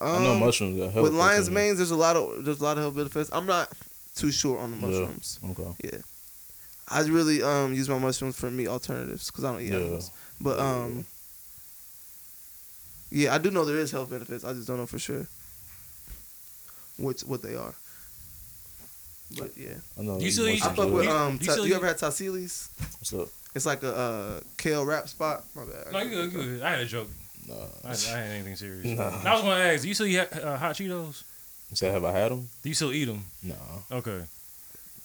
S3: Um,
S5: I know mushrooms got health.
S3: with lion's
S5: benefits.
S3: manes, there's a lot of there's a lot of health benefits. I'm not too sure on the
S5: Yeah.
S3: mushrooms.
S5: Okay.
S3: I really um use my mushrooms for meat alternatives because I don't eat
S5: Yeah.
S3: animals. But
S5: Yeah.
S3: um, yeah, I do know there is health benefits. I just don't know for sure which what they are. But yeah,
S5: I know.
S2: You still
S5: want
S2: eat-
S5: some
S3: I fuck with
S5: good.
S3: um.
S2: You
S3: Ta-
S2: still
S3: you
S2: eat-
S3: ever had Tassili's?
S5: What's up?
S3: It's like a uh, kale wrap spot. My bad.
S2: No, you good, you good. I had a joke. I, I
S5: Nah.
S2: had anything serious.
S5: Nah.
S2: I was gonna ask. Do you still eat uh, hot Cheetos?
S5: You said, have I had them?
S2: Do you still eat them?
S5: No.
S2: Okay.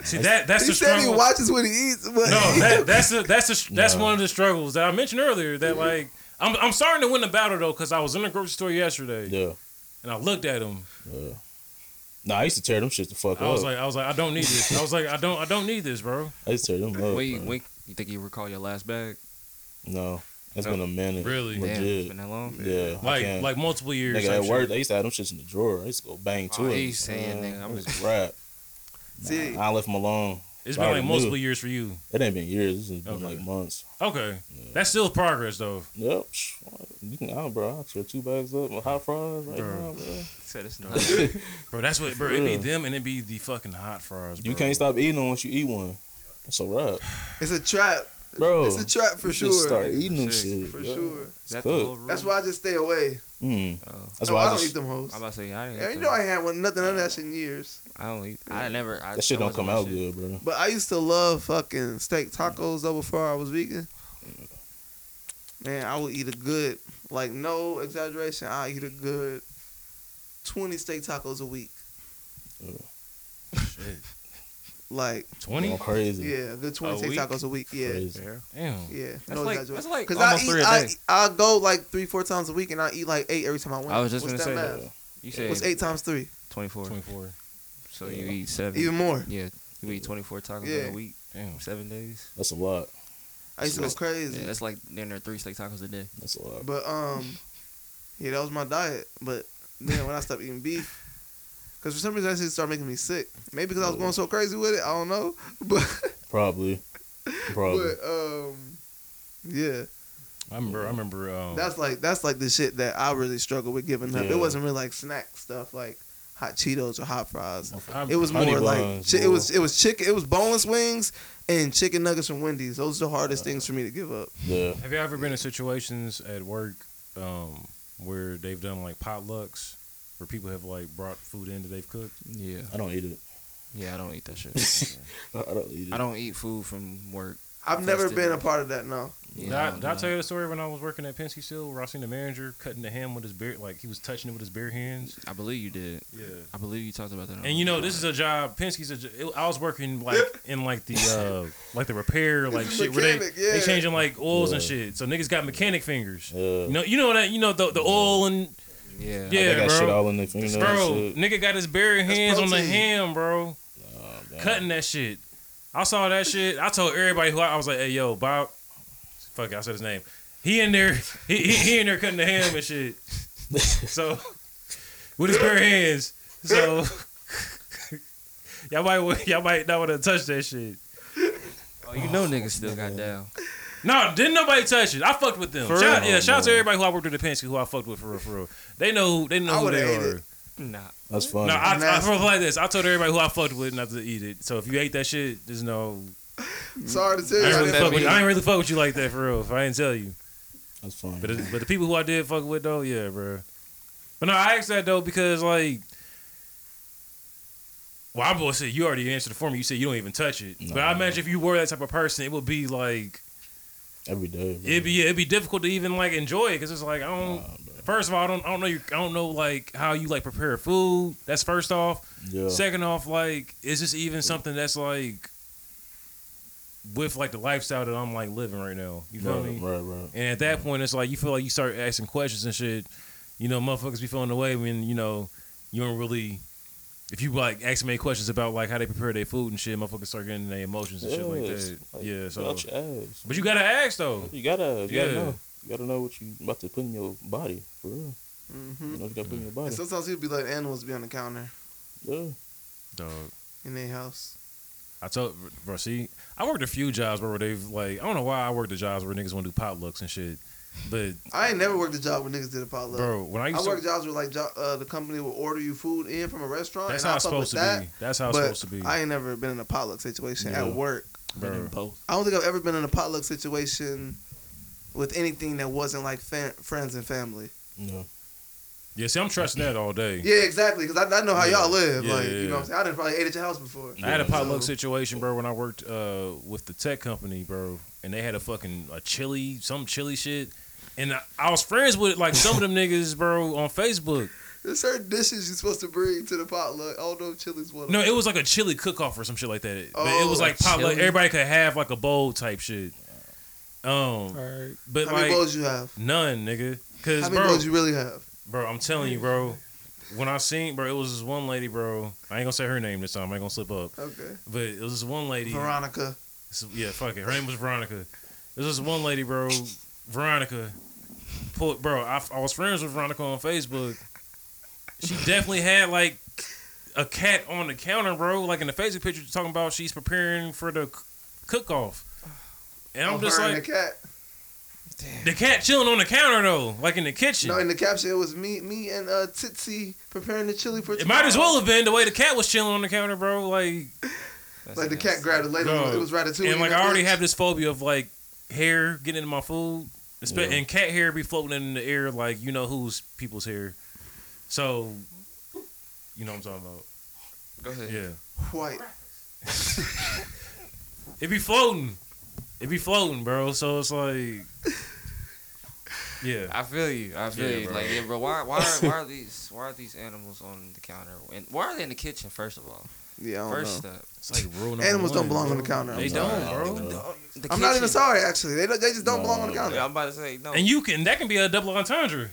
S2: See that that's
S3: He
S2: the
S3: said
S2: struggle.
S3: he watches what he eats, but
S2: No, that, that's the that's the that's
S5: No.
S2: one of the struggles that I mentioned earlier. That like I'm I'm starting to win the battle though because I was in the grocery store yesterday
S5: Yeah.
S2: and I looked at them.
S5: Yeah. Nah, I used to tear them shit the fuck
S2: I
S5: up.
S2: was like I was like I don't need this. I was like I don't I don't need this, bro.
S5: I used to tear them up.
S4: Wait,
S5: bro.
S4: wait. You think you recall your last bag?
S5: No, that's
S4: No.
S5: been a minute.
S2: Really? Damn,
S4: Damn, it's
S5: Legit.
S4: been that long.
S5: Yeah. I
S2: Like
S5: can't-
S2: like multiple years.
S5: Nigga,
S2: type
S5: at
S2: shit.
S5: work, they used to have them shits in the drawer. I used to go bang to
S4: Oh,
S5: it.
S4: he's saying,
S5: Man,
S4: nigga, I'm
S5: it was
S4: just-
S5: rap.
S3: See,
S5: Nah, I left them alone.
S2: It's been
S5: I
S2: like
S5: knew.
S2: multiple years for you.
S5: It ain't been years. It's just been
S2: Okay.
S5: like months.
S2: Okay, that's still progress though.
S5: Yep. sh- You can, I, bro, I tear two bags up with hot fries right
S2: Bro.
S5: now, bro.
S4: Said it's not.
S2: Bro, that's what, bro. It'd be
S5: Yeah.
S2: them and it'd be the fucking hot fries.
S5: You
S2: bro.
S5: can't stop eating them once you eat one. That's a wrap,
S3: it's a trap.
S5: bro.
S3: It's a trap for
S5: you
S3: sure.
S5: Just start eating them
S4: Sick.
S5: shit.
S3: For
S5: bro.
S3: sure.
S4: Is that the
S5: cooked.
S4: whole rule?
S3: That's why I just stay away.
S5: Mm.
S4: Oh.
S5: That's
S3: no,
S5: why
S3: I,
S5: I,
S3: don't
S5: just.
S3: eat them hoes.
S4: I'm about to say I didn't.
S3: Yeah,
S4: eat
S3: you
S4: that.
S3: know I ain't had one nothing of that shit in years.
S4: I don't eat. I never. I,
S5: That shit
S4: I
S5: don't
S4: wasn't
S5: come
S4: my
S5: out
S4: shit.
S5: good, bro.
S3: But I used to love fucking steak tacos though before I was vegan. Man, I would eat a good, like no exaggeration, I eat a good twenty steak tacos a week. Like
S2: Twenty.
S5: Going crazy.
S3: yeah, a good twenty
S4: A
S3: steak
S4: week?
S3: tacos a week. Yeah,
S5: Crazy.
S2: Damn.
S3: yeah.
S4: That's like- that's like
S3: I
S4: almost
S3: eat,
S4: three a
S3: I
S4: day.
S3: I go like three, four times a week, and I eat like eight every time I went.
S4: I was just
S3: What's
S4: gonna
S3: that
S4: say,
S3: math?
S4: You said
S3: What's eight times three?
S4: 24.
S2: Twenty-four.
S4: So you eat seven.
S3: Even more.
S4: yeah, you eat 24 tacos
S3: Yeah.
S4: in a week,
S2: Damn.
S4: seven days.
S5: That's a lot.
S3: I used to go
S4: That's-
S3: crazy.
S4: Yeah, that's like near near three steak tacos a day.
S5: That's a lot.
S3: But um, yeah, that was my diet. But then when I stopped eating beef, because for some reason that shit started making me sick. Maybe because I was going so crazy with it. I don't know. But
S5: Probably. Probably.
S3: but um, yeah,
S2: I remember. I remember. Um,
S3: that's like that's like the shit that I really struggled with giving up.
S5: Oh. Yeah.
S3: It wasn't really like snack stuff like hot Cheetos or hot fries.
S2: I-
S3: It was more
S5: Honey
S3: like
S5: buns,
S3: chi- it
S5: boy.
S3: was it was chicken it was boneless wings and chicken nuggets from Wendy's. Those are the hardest things for me to give up.
S5: Yeah.
S2: Have you ever been in situations at work um, where they've done like potlucks, where people have like brought food in that they've cooked?
S4: Yeah.
S5: I don't eat it.
S4: Yeah, I don't eat that shit.
S5: I I don't eat it.
S4: I don't eat food from work.
S3: I've never
S4: Tasted
S3: been a
S4: it.
S3: part of that. No,
S4: Yeah,
S2: did I,
S4: don't
S2: did I
S4: know.
S2: tell you the story when I was working at Penske Steel where I seen the manager cutting the ham with his bare, like he was touching it with his bare hands?
S4: I believe you did.
S2: Yeah.
S4: I believe you talked about that. on
S2: And you know, this is a job. Penske's. A, jo- it, I was working like in like the uh like the repair like
S3: He's a
S2: shit where they
S3: mechanic, yeah.
S2: they changing like oils and
S5: Yeah.
S2: shit. So niggas got mechanic fingers.
S5: Yeah.
S2: You know, you know that you know the the oil and
S4: Yeah.
S2: Yeah.
S5: they got
S2: bro.
S5: shit all in their fingernails.
S2: bro,
S5: and shit.
S2: nigga got his bare hands on the
S3: protein.
S2: ham, bro.
S5: Oh, damn.
S2: cutting that shit. I saw that shit. I told everybody who I, I was like, "Hey, yo, Bob, fuck, it, I said his name. He in there, he, he, he in there cutting the ham and shit. So with his bare hands. So y'all might wa- y'all might not want to touch that shit.
S4: Oh, you know, niggas still got down.
S2: No, didn't nobody touch it. I fucked with them.
S4: For
S2: Shout,
S4: real? Oh,
S2: yeah, shout out to everybody who I worked with at Penske who I fucked with for real, for real. They know they know
S3: I
S2: who
S3: would've
S2: they
S3: ate
S2: are.
S3: it.
S4: Nah.
S5: That's funny.
S2: No, I, I, I
S3: Nasty.
S2: feel like this. I told everybody who I fucked with not to eat it. So if you ate that shit, there's no
S5: Mm-hmm.
S3: sorry to
S2: I
S3: tell
S2: ain't,
S3: you. I
S2: really
S3: didn't-
S2: fuck with you. I ain't really fuck with you like that for real. If I didn't tell you,
S5: That's funny.
S2: but it, but the people who I did fuck with though, yeah, bro. But no, I asked that though because like, well, I'm gonna say you already answered it for me. You said you don't even touch it, but I
S5: Nah.
S2: imagine if you were that type of person, it would be like
S5: Every day. Bro.
S2: it'd be it'd be difficult to even like enjoy it because it's like I
S5: Nah,
S2: don't.
S5: bro.
S2: First of all, I don't I don't know you I don't know like how you like prepare food. That's first off.
S5: Yeah.
S2: Second off, like, is this even something that's like with like the lifestyle that I'm like living right now? You feel
S5: right,
S2: me?
S5: right, right.
S2: And at that point, it's like you feel like you start asking questions and shit. You know, motherfuckers be feeling the way when you know you don't really. If you like ask me questions about like how they prepare their food and shit, motherfuckers start getting their emotions and shit like
S5: Yes,
S2: that.
S5: like,
S2: yeah,
S5: get
S2: so
S5: out your ass.
S2: but you gotta ask though.
S5: You gotta, you gotta
S2: Yeah.
S5: know. You gotta know what you about to put in your body for real.
S3: Mhm.
S5: You know what you gotta put in your
S3: And
S5: body.
S3: Sometimes people be letting animals be on the counter
S5: Yeah.
S2: Dog,
S3: in their house.
S2: I told bro, see, I worked a few jobs where they've like I don't know why I worked the jobs where niggas want to do potlucks and shit, but
S3: I ain't never worked a job where niggas did a potluck.
S2: bro, when I used
S3: I
S2: to
S3: worked jobs where like jo- uh, the company would order you food in from a restaurant.
S2: That's
S3: and
S2: how
S3: I
S2: it's
S3: fuck with
S2: supposed to
S3: that,
S2: be. That's how it's
S3: but
S2: supposed to be.
S3: I ain't never been in a potluck situation
S5: Yeah.
S3: at work.
S2: bro.
S5: both.
S3: I don't think I've ever been in a potluck situation with anything that wasn't like fa- friends and family.
S5: Yeah.
S2: Yeah, see, I'm trusting that all day.
S3: Yeah, exactly. Because I, I know how
S2: Yeah.
S3: y'all live.
S2: Yeah,
S3: like,
S2: yeah,
S3: you know
S2: yeah.
S3: what I'm saying? I done probably ate at your house before.
S2: I had a
S3: So-
S2: potluck situation, bro, when I worked uh, with the tech company, bro, and they had a fucking a chili, some chili shit, and I, I was friends with like some of them niggas, bro, on Facebook.
S3: There's certain dishes you're supposed to bring to the potluck. I don't know if chili's one of
S2: No,
S3: them.
S2: it was like a chili cook-off or some shit like that. But it
S3: Oh,
S2: was like
S4: like
S2: potluck.
S4: chili?
S2: Everybody could have like a bowl type shit. Um,
S5: right.
S2: but
S3: How
S2: like
S3: many bowls you have?
S2: none, nigga,
S3: How
S2: because
S3: many
S2: bro,
S3: bowls you really have?
S2: bro, I'm telling you, bro. When I seen, bro, it was this one lady, bro. I ain't gonna say her name this time. I ain't gonna slip up.
S3: Okay.
S2: But it was this one lady.
S3: Veronica.
S2: This- yeah, fuck it. Her name was Veronica. There's this one lady, bro. Veronica. Pull, bro, I, I was friends with Veronica on Facebook. She definitely had like a cat on the counter, bro. Like in the Facebook picture, talking about she's preparing for the cook off. And I'm
S3: Oh,
S2: just
S3: her and
S2: like,
S3: the cat.
S2: the cat chilling on the counter though, like in the kitchen.
S3: No, in the caption it was me, me and uh, Titsy preparing the chili for.
S2: it might as well have been the way the cat was chilling on the counter, bro. Like,
S4: That's
S3: Like the
S4: nasty.
S3: cat grabbed it later.
S2: Bro.
S3: It was ratatouille.
S2: and like
S3: in that
S2: I already
S3: bitch.
S2: have this phobia of like hair getting in my food, Espe-
S5: Yeah.
S2: and cat hair be floating in the air like you know who's people's hair. So, you know what I'm talking about?
S4: Go ahead.
S2: Yeah,
S3: white.
S2: it be floating, it be floating, bro. So it's like, yeah,
S4: I feel you. I feel
S2: Yeah,
S4: you.
S2: bro.
S4: Like, yeah, bro. Why, why, are, why are these, why are these animals on the counter? And why are they in the kitchen? First of all,
S3: Yeah, I don't
S4: first
S3: know.
S4: up,
S2: it's like rule number
S3: Animals don't
S2: one,
S3: belong
S2: bro.
S3: on the counter. I'm
S2: They
S3: sorry.
S2: don't,
S5: sorry.
S2: bro.
S5: No.
S4: the
S3: I'm not even
S4: kitchen.
S3: sorry. Actually, they don't, they just don't
S5: No.
S3: belong on the counter.
S4: Yeah, I'm about to say no.
S2: And you can that can be a double entendre.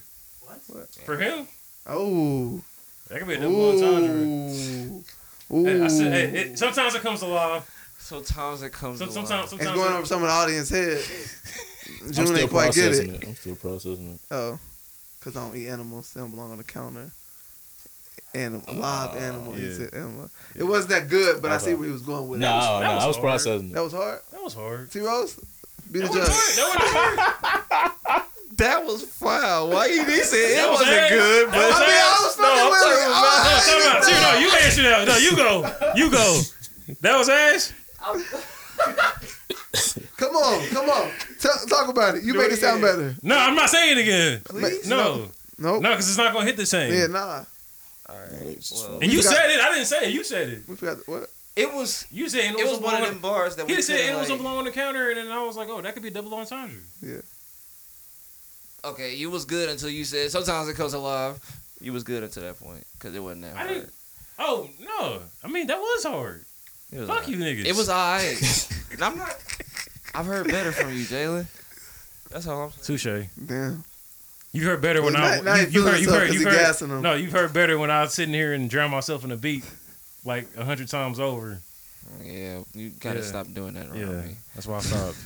S2: What? For him,
S3: Oh,
S2: that can be a double entendre.
S3: ooh, ooh.
S2: Hey, I said, hey, it, sometimes it comes alive.
S4: sometimes it comes.
S2: Some-
S4: Sometimes,
S2: Sometimes,
S3: it's
S2: sometimes
S3: going
S2: it-
S3: over some of the audience head.
S5: I'm
S3: June
S5: still
S3: ain't quite get
S5: processing
S3: it.
S5: it. I'm still processing it.
S3: Oh, cause I don't eat animals. They don't belong on the counter. Animal, live animal. He
S2: yeah.
S3: said animal. It wasn't that good, but I see
S5: Okay.
S3: where he was going with
S5: No,
S3: it.
S5: no,
S2: that was
S5: I was
S2: hard.
S5: processing it.
S3: That was hard.
S2: That was hard.
S3: T Rose, be the
S2: That
S3: judge.
S2: wasn't hard. That wasn't hard.
S3: That was foul. Why you did say
S2: That
S3: it
S2: was
S3: wasn't
S2: ass.
S3: good?
S2: That
S3: But I mean,
S2: was
S3: I
S2: ass.
S3: was
S2: No, I'm talking about- No,
S3: fucking with it. I-
S2: time out. See, no, you answer that. No, you go. You go. That was ass.
S3: Come on, come on. Tell, talk about it. You
S2: Do
S3: make
S2: it
S3: it sound
S2: again.
S3: better.
S2: No, I'm not saying it again.
S3: Please?
S2: No,
S3: Nope.
S2: no, because it's not gonna hit the same.
S3: Yeah, nah.
S4: Well,
S2: and you
S3: forgot-
S2: said it. I didn't say it. You said it.
S3: We forgot the- what.
S4: it was.
S2: You said
S4: It was one of them bars that we
S2: He said
S4: couldn't,
S2: it was a
S4: like-
S2: blow on the counter, and then I was like, oh, that could be a double entendre.
S4: Okay, you was good until you said sometimes it comes alive. You was good until that point because it wasn't that
S2: I
S4: hard.
S2: didn't. Oh no! I mean, that was hard.
S4: It was
S2: Fuck
S4: alright.
S2: you, niggas.
S4: It was alright. And I'm not. I've heard better from you, Jalen. That's all I'm saying.
S2: touche.
S3: Damn.
S2: You heard better when
S3: Now-
S2: I.
S3: now
S2: you,
S3: he
S2: you heard. You
S3: feeling himself
S2: heard.
S3: 'cause
S2: You
S3: he
S2: heard.
S3: gassing him.
S2: No, you've heard better when I was sitting here and drown myself in a beat, like a hundred times over.
S4: Yeah, you gotta
S2: Yeah.
S4: stop doing that around
S2: Yeah,
S4: me.
S2: that's why I stopped.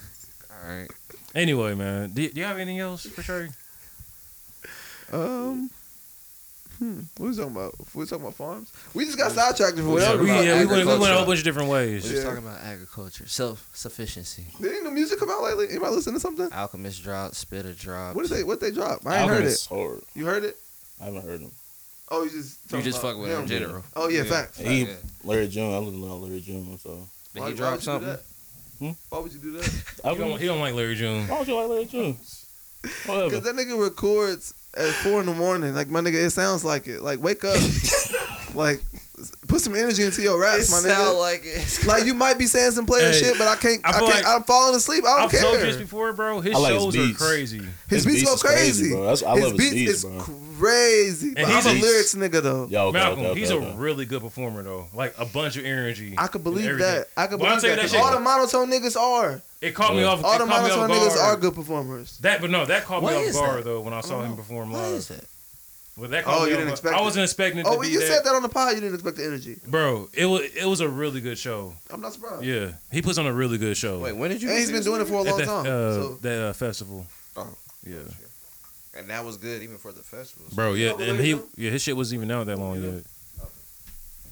S4: All right.
S2: Anyway, man, do, do you have anything else for sure?
S3: Um. Hmm. What was we talking about? We talking about farms. We just got sidetracked for
S2: Yeah,
S3: whatever.
S2: we,
S4: about
S2: yeah, we, went, we went a
S4: agriculture.
S2: whole bunch of different
S4: We
S2: ways.
S4: was
S3: Yeah.
S4: talking about agriculture, self sufficiency.
S3: Did any new music come out lately? Anybody listen to something?
S4: Alchemist dropped, Spitter dropped.
S3: What did they? What they drop? I ain't heard it.
S5: Alchemist hard.
S3: You heard it?
S5: I haven't heard him.
S3: Oh, you just.
S4: You
S3: talking
S4: just
S3: about
S4: fuck with him in general.
S3: Oh yeah, facts.
S5: And he,
S4: yeah.
S5: Larry June. I was looking at Larry June. So
S4: Did
S3: Why-
S4: he
S3: why
S4: drop
S3: would you do
S4: something?
S3: that?
S5: Hmm?
S3: Why would you do that?
S5: I
S2: He don't, he don't like Larry June.
S5: Why don't you like Larry June?
S3: Because
S5: Whatever.
S3: that nigga records at four in the morning. Like my nigga, it sounds like it. Like wake up. like put some energy into your
S4: It
S3: raps, my
S4: sound
S3: nigga. Like-,
S4: like it.
S3: you might be saying some player
S2: Hey,
S3: shit, but I can't.
S2: I
S3: I,
S2: feel
S3: can't.
S2: like-
S3: I'm falling asleep. I
S2: I've
S3: don't
S2: told you this
S3: care.
S2: before, bro. His
S5: I like his
S2: shows are
S5: beats.
S2: crazy.
S3: His,
S5: His
S3: beats
S5: beats
S3: go
S5: is crazy,
S3: crazy.
S5: bro. That's- I
S3: his
S5: love his beats,
S3: is
S5: bro.
S3: crazy. But
S2: he's
S3: I'm a
S2: a-
S3: lyrics nigga though.
S5: Yo, okay,
S2: Malcolm,
S5: okay, okay,
S2: he's
S5: okay.
S2: a really good performer though. Like a bunch of energy.
S3: I could
S2: and
S3: believe
S2: everything.
S3: that. I could
S2: Well, I'll
S3: believe
S2: tell you that
S3: that. 'cause
S2: shit.
S3: all the monotone niggas are.
S2: It caught me
S5: Yeah.
S2: off.
S3: All
S2: it
S3: the
S2: caught me off
S3: monotone niggas are
S2: guard.
S3: good performers.
S2: That, but no, that caught
S4: What
S2: me off
S4: is
S2: guard
S4: that?
S2: though when I saw him perform
S4: What is
S2: live.
S4: that?
S2: Well, that
S3: Oh,
S2: caught me
S3: you
S2: off
S3: didn't
S2: guard.
S3: expect
S2: I
S3: it.
S2: wasn't expecting it to
S3: Oh, well,
S2: be
S3: you
S2: that.
S3: said that on the pod. You didn't expect the energy.
S2: Bro, it was it was a really good show.
S3: I'm not surprised.
S2: Yeah, he puts on a really good show.
S4: Wait, when did you?
S3: And he's
S4: see
S3: been
S4: this
S3: doing it
S4: nigga?
S3: for a
S2: at
S3: long
S2: that,
S3: time.
S2: uh,
S3: so
S2: that uh, festival.
S4: Oh.
S2: Yeah,
S4: And that was good even for the festival.
S2: bro. Yeah,
S3: Couple
S2: and he
S3: days
S2: yeah his shit wasn't even out that long yet.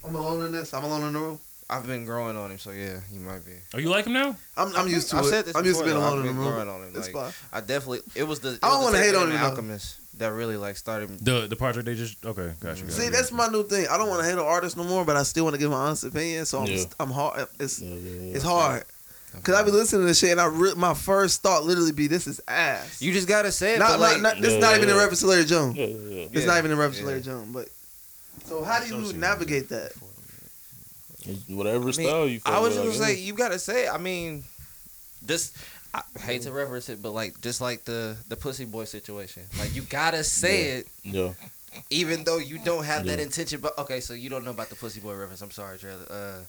S3: I'm alone in this. I'm alone in the room.
S4: I've been growing on him, so yeah, he might be.
S2: Oh, you like him now?
S3: I'm, I'm used to
S4: I've
S3: it.
S4: said this
S3: I'm used to being
S4: before, though.
S3: alone in
S4: I've
S3: the
S4: been
S3: room.
S4: growing on him,
S3: It's fine.
S4: like- I definitely. It was the. It
S3: I don't
S4: want
S3: wanna
S4: to
S3: hate on him, though.
S4: Alchemist that really like started.
S2: The the project they just okay, gotcha. gotcha.
S3: See, that's my new thing. I don't want to hate an artist no more, but I still want to give my honest opinion. So I'm,
S5: Yeah.
S3: I'm hard. It's
S5: Yeah, yeah, yeah.
S3: it's hard. Cause I be listening to this shit and I re- my first thought literally be this is ass.
S4: You just gotta say it.
S3: not,
S4: but
S3: not,
S4: like,
S3: not, this
S5: Yeah,
S3: not
S5: yeah,
S3: even a
S5: yeah.
S3: reference to Larry Jones.
S5: Yeah, yeah, yeah.
S3: It's not even a reference
S4: yeah.
S3: to Larry Jones. But so how do you
S2: Associate.
S3: navigate that?
S5: Whatever
S4: I mean,
S5: style you.
S4: I
S5: fuck
S4: was
S5: with,
S4: just gonna
S5: I
S4: say
S5: guess.
S4: you gotta say. it. I mean, just I hate to reference it, but like just like the the pussy boy situation, like you gotta say
S5: Yeah.
S4: it.
S5: Yeah.
S4: Even though you don't have that
S5: Yeah.
S4: intention, but okay, so you don't know about the pussy boy reference. I'm sorry, Trailer. Uh,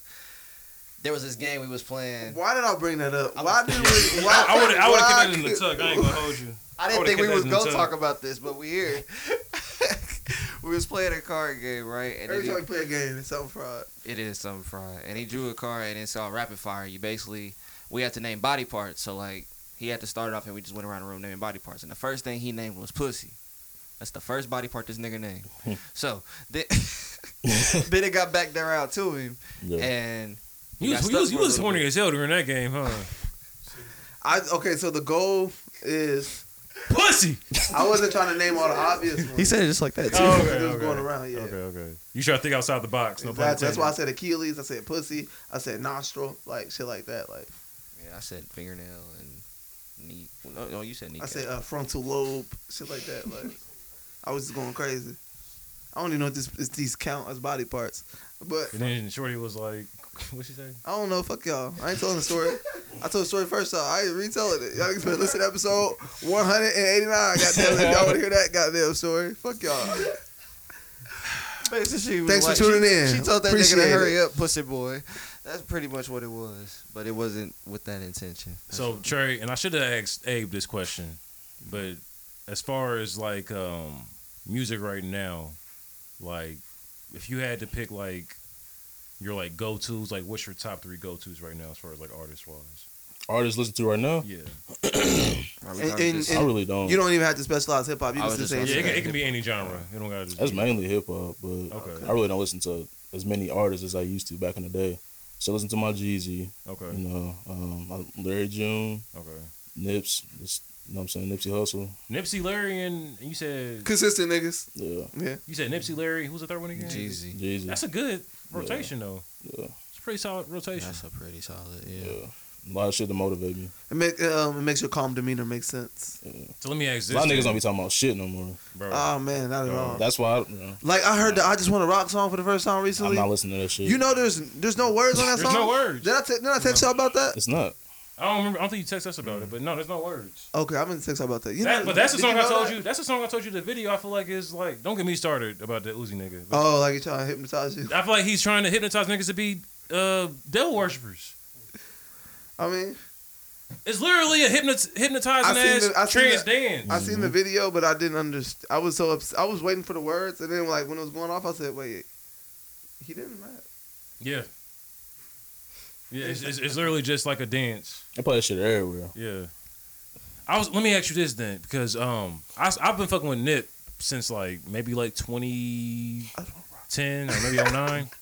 S4: there was this game we was playing.
S3: Why did I bring that up? Why did we? Why,
S2: I would I would
S3: why
S2: have kept that in the
S3: could-
S2: tuck. I ain't gonna hold you.
S4: I
S2: I
S4: didn't
S2: would've
S4: think
S2: kept
S4: we
S2: that
S4: was
S2: in the
S4: gonna
S2: tub.
S4: talk about this, but we here. we was playing a card game, right? And
S3: Every
S4: it,
S3: time you play a game, it's something fraud.
S4: it is something fried. And he drew a card, and it's all rapid fire. You basically we had to name body parts. So like he had to start it off, and we just went around the room naming body parts. And the first thing he named was pussy. That's the first body part this nigga named. so then, then it got back around to him,
S5: Yeah.
S4: and
S2: You was,
S4: got
S2: you
S4: stuck
S2: was, you
S4: for a
S2: was
S4: little
S2: horny
S4: bit.
S2: as hell during that game, huh?
S3: I okay. So the goal is
S2: Pussy.
S3: I wasn't trying to name all the obvious ones.
S4: He said it just like that too.
S2: Oh,
S3: It
S2: okay,
S3: was going
S2: okay.
S3: around. Yeah.
S2: Okay, okay. You try to think outside the box. No pun
S3: Exactly. That's why I
S2: intended.
S3: said Achilles. I said pussy. I said nostril. Like shit like that. Like
S4: Yeah, I said fingernail and knee. well, No, no, you said knee.
S3: I said uh, frontal lobe. Shit like that. Like I was just going crazy. I don't even know if this if these count as body parts, but
S2: And then Shorty was like, "What she say?"
S3: I don't know. Fuck y'all. I ain't telling the story. I told the story first. So I ain't retelling it. Y'all niggas better listen to episode one hundred and eighty nine. Goddamn, if y'all want to hear that goddamn story? Fuck y'all. Thanks for tuning in.
S4: She told that nigga
S3: Appreciate
S4: to
S3: it.
S4: hurry up, pussy boy. That's pretty much what it was, but it wasn't with that intention.
S2: So Trey, and I should have asked Abe this question, but as far as like um, music right now, like if you had to pick like your like go tos, like what's your top three go tos right now as far as like artist wise?
S5: Artists listen to right now.
S2: Yeah,
S4: Are we
S3: And-
S4: talking
S3: and-
S4: just-
S5: I really don't.
S3: You don't even have to specialize hip hop. You
S4: Oh. I
S3: can
S4: was
S3: just
S4: just
S3: say
S4: gonna
S2: yeah, it
S4: say-
S3: hip-hop.
S2: can, it can be any genre. It don't gotta just
S5: That's
S2: be-
S5: mainly hip hop, but
S2: Okay.
S5: I really don't listen to as many artists as I used to back in the day. So I listen to my Jeezy,
S2: Okay,
S5: you know, um, my Larry June,
S2: okay.
S5: Nips, just, you know what I'm saying, Nipsey Hussle.
S2: Nipsey Larry and and you said
S3: consistent niggas.
S5: Yeah,
S3: Yeah.
S2: you said Nipsey Larry. Who's the third one again?
S4: Jeezy.
S5: Jeezy.
S2: That's a good rotation though.
S5: yeah,
S2: It's a pretty solid rotation.
S4: That's a pretty solid. Yeah.
S5: yeah. A lot of shit to motivate me.
S3: It make um, it makes your calm demeanor make sense.
S2: So let me ask
S5: A
S2: this.
S5: lot of niggas don't
S2: then,
S5: be talking about shit no more.
S2: bro.
S3: Oh man, not at
S2: Uh,
S3: all.
S5: That's why I, you know,
S3: Like I heard the I just want to rock song for the first time
S5: I'm
S3: recently.
S5: not listening to that shit.
S3: You know, there's there's no words on that
S2: There's
S3: song.
S2: no words.
S3: Did I, te- did I text y'all about that?
S5: it's not.
S2: I don't remember. I don't think you text us about it, but no, there's no words.
S3: Okay, I'm gonna text y'all about that. You
S2: That-
S3: know,
S2: but that's the
S3: did
S2: song I
S3: know
S2: told
S3: that?
S2: you. That's the song I told you. The video I feel like is like. Don't get me started about that Uzi nigga. But
S3: Oh, like you trying to hypnotize you.
S2: I feel like he's trying to hypnotize niggas to be uh, devil worshippers.
S3: I mean,
S2: It's literally a hypnot- hypnotizing
S3: I seen
S2: ass
S3: the- I seen
S2: trans
S3: the-
S2: dance.
S3: I seen the video, but I didn't understand. I was so ups- I was waiting for the words, and then like when it was going off, I said, "Wait, he didn't rap."
S2: yeah. Yeah, it's, it's, it's literally just like a dance.
S5: I play that shit everywhere.
S2: Yeah. I was. Let me ask you this then, because um, I have been fucking with Nip since like maybe like 2010 or maybe 09.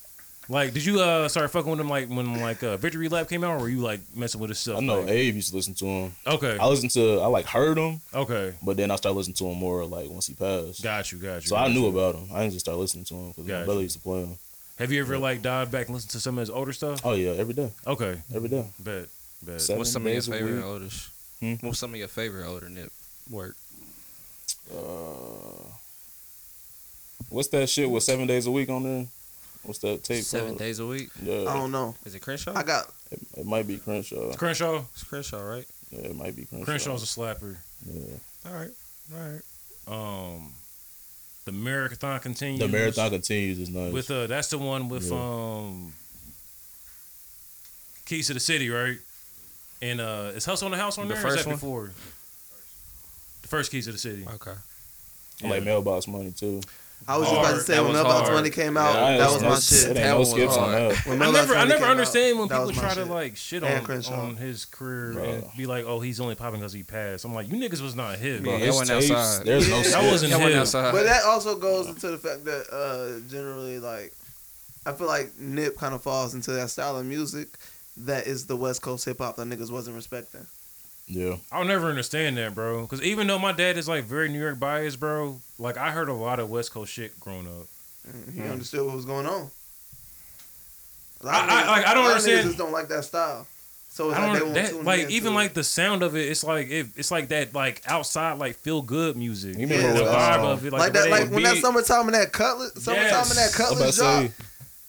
S2: Like, did you uh start fucking with him like when like uh, Victory Lap came out, or were you like messing with his stuff?
S5: I know
S2: like-
S5: Abe used to listen to him.
S2: Okay.
S5: I listened to, I like heard him,
S2: Okay.
S5: but then I started listening to him more like once he passed.
S2: Got you. Got you.
S5: So
S2: got
S5: I knew
S2: you.
S5: about him. I didn't just start listening to him because
S2: Gotcha.
S5: my brother used to play him.
S2: Have you ever like dived back and listened to some of his older stuff?
S5: Oh yeah, every day,
S2: Okay.
S5: every day.
S2: Bet. Bet.
S5: Seven
S4: What's some of your
S5: days a
S4: favorite
S5: week.
S4: odors?
S5: Hmm?
S4: What's some of your favorite odor nip work?
S5: Uh, what's that shit with seven days a week on there? What's that tape?
S4: Seven
S5: called?
S4: days a week.
S3: I
S5: Yeah,
S3: don't know.
S4: Is it Crenshaw?
S3: I got
S5: it, it might be Crenshaw.
S2: Crenshaw.
S4: it's Crenshaw, right?
S5: Yeah, it might be Crenshaw.
S2: Crenshaw's a slapper.
S5: Yeah.
S4: All right. All right.
S2: Um, the marathon continues.
S5: The marathon continues is nice.
S2: with uh, that's the one with
S5: Yeah.
S2: um, Keys to the City, right? And uh, is Hustle on the House on
S4: The
S2: there? or is
S4: first
S2: that
S4: one?
S2: before? The first Keys to the City.
S4: Okay.
S5: I like mailbox money too.
S3: I was just about to
S2: Hard.
S3: say
S4: That
S3: when
S4: was
S3: Melbox
S4: hard.
S3: Money came out,
S5: I ain't
S3: that was
S5: listening-
S3: my shit.
S5: it ain't
S4: That
S5: no
S4: was
S5: skips on
S4: hard.
S5: that.
S3: When
S2: I
S3: Melbox
S2: never, I
S3: Money
S2: never
S3: came out,
S2: understand when
S3: that
S2: people
S3: was my
S2: try to
S3: shit.
S2: like shit
S3: And
S2: on,
S3: Crenshaw.
S2: on his career
S5: Bro.
S2: and be like, "Oh, he's only popping because he passed." I'm like, "You niggas was not hip,
S5: Bro,
S4: Yeah,
S2: bro."
S4: that
S5: his
S4: one
S5: tapes,
S4: outside.
S5: There's
S3: Yeah.
S5: no
S3: That
S5: skip.
S2: wasn't
S4: That one
S2: him.
S4: outside.
S3: But that also goes into the fact that uh, generally, like, I feel like Nip kind of falls into that style of music that is the West Coast hip hop that niggas wasn't respecting.
S5: Yeah,
S2: I'll never understand that, bro. Because even though my dad is like very New York biased, bro, like I heard a lot of West Coast shit growing up.
S3: He understood what was going on. A lot
S2: Hmm.
S3: of
S2: I- I- like, I don't
S3: a lot of
S2: understand-
S3: Niggas just don't like that style. So it's
S2: I
S3: like they
S2: don't
S3: won't
S2: that,
S3: tune
S2: like
S3: in to
S2: even
S3: it.
S2: like the sound of it. It's like it, it's like that like outside like feel good music.
S5: You remember
S2: the
S5: when,
S2: vibe
S5: um,
S2: of it,
S3: like,
S2: like, the
S3: that
S2: way
S3: like
S2: the
S3: when that
S2: beat-
S3: summertime and that cutlet summertime and that
S2: Yes.
S5: I'm about to
S3: cutlet
S5: say.
S3: drop.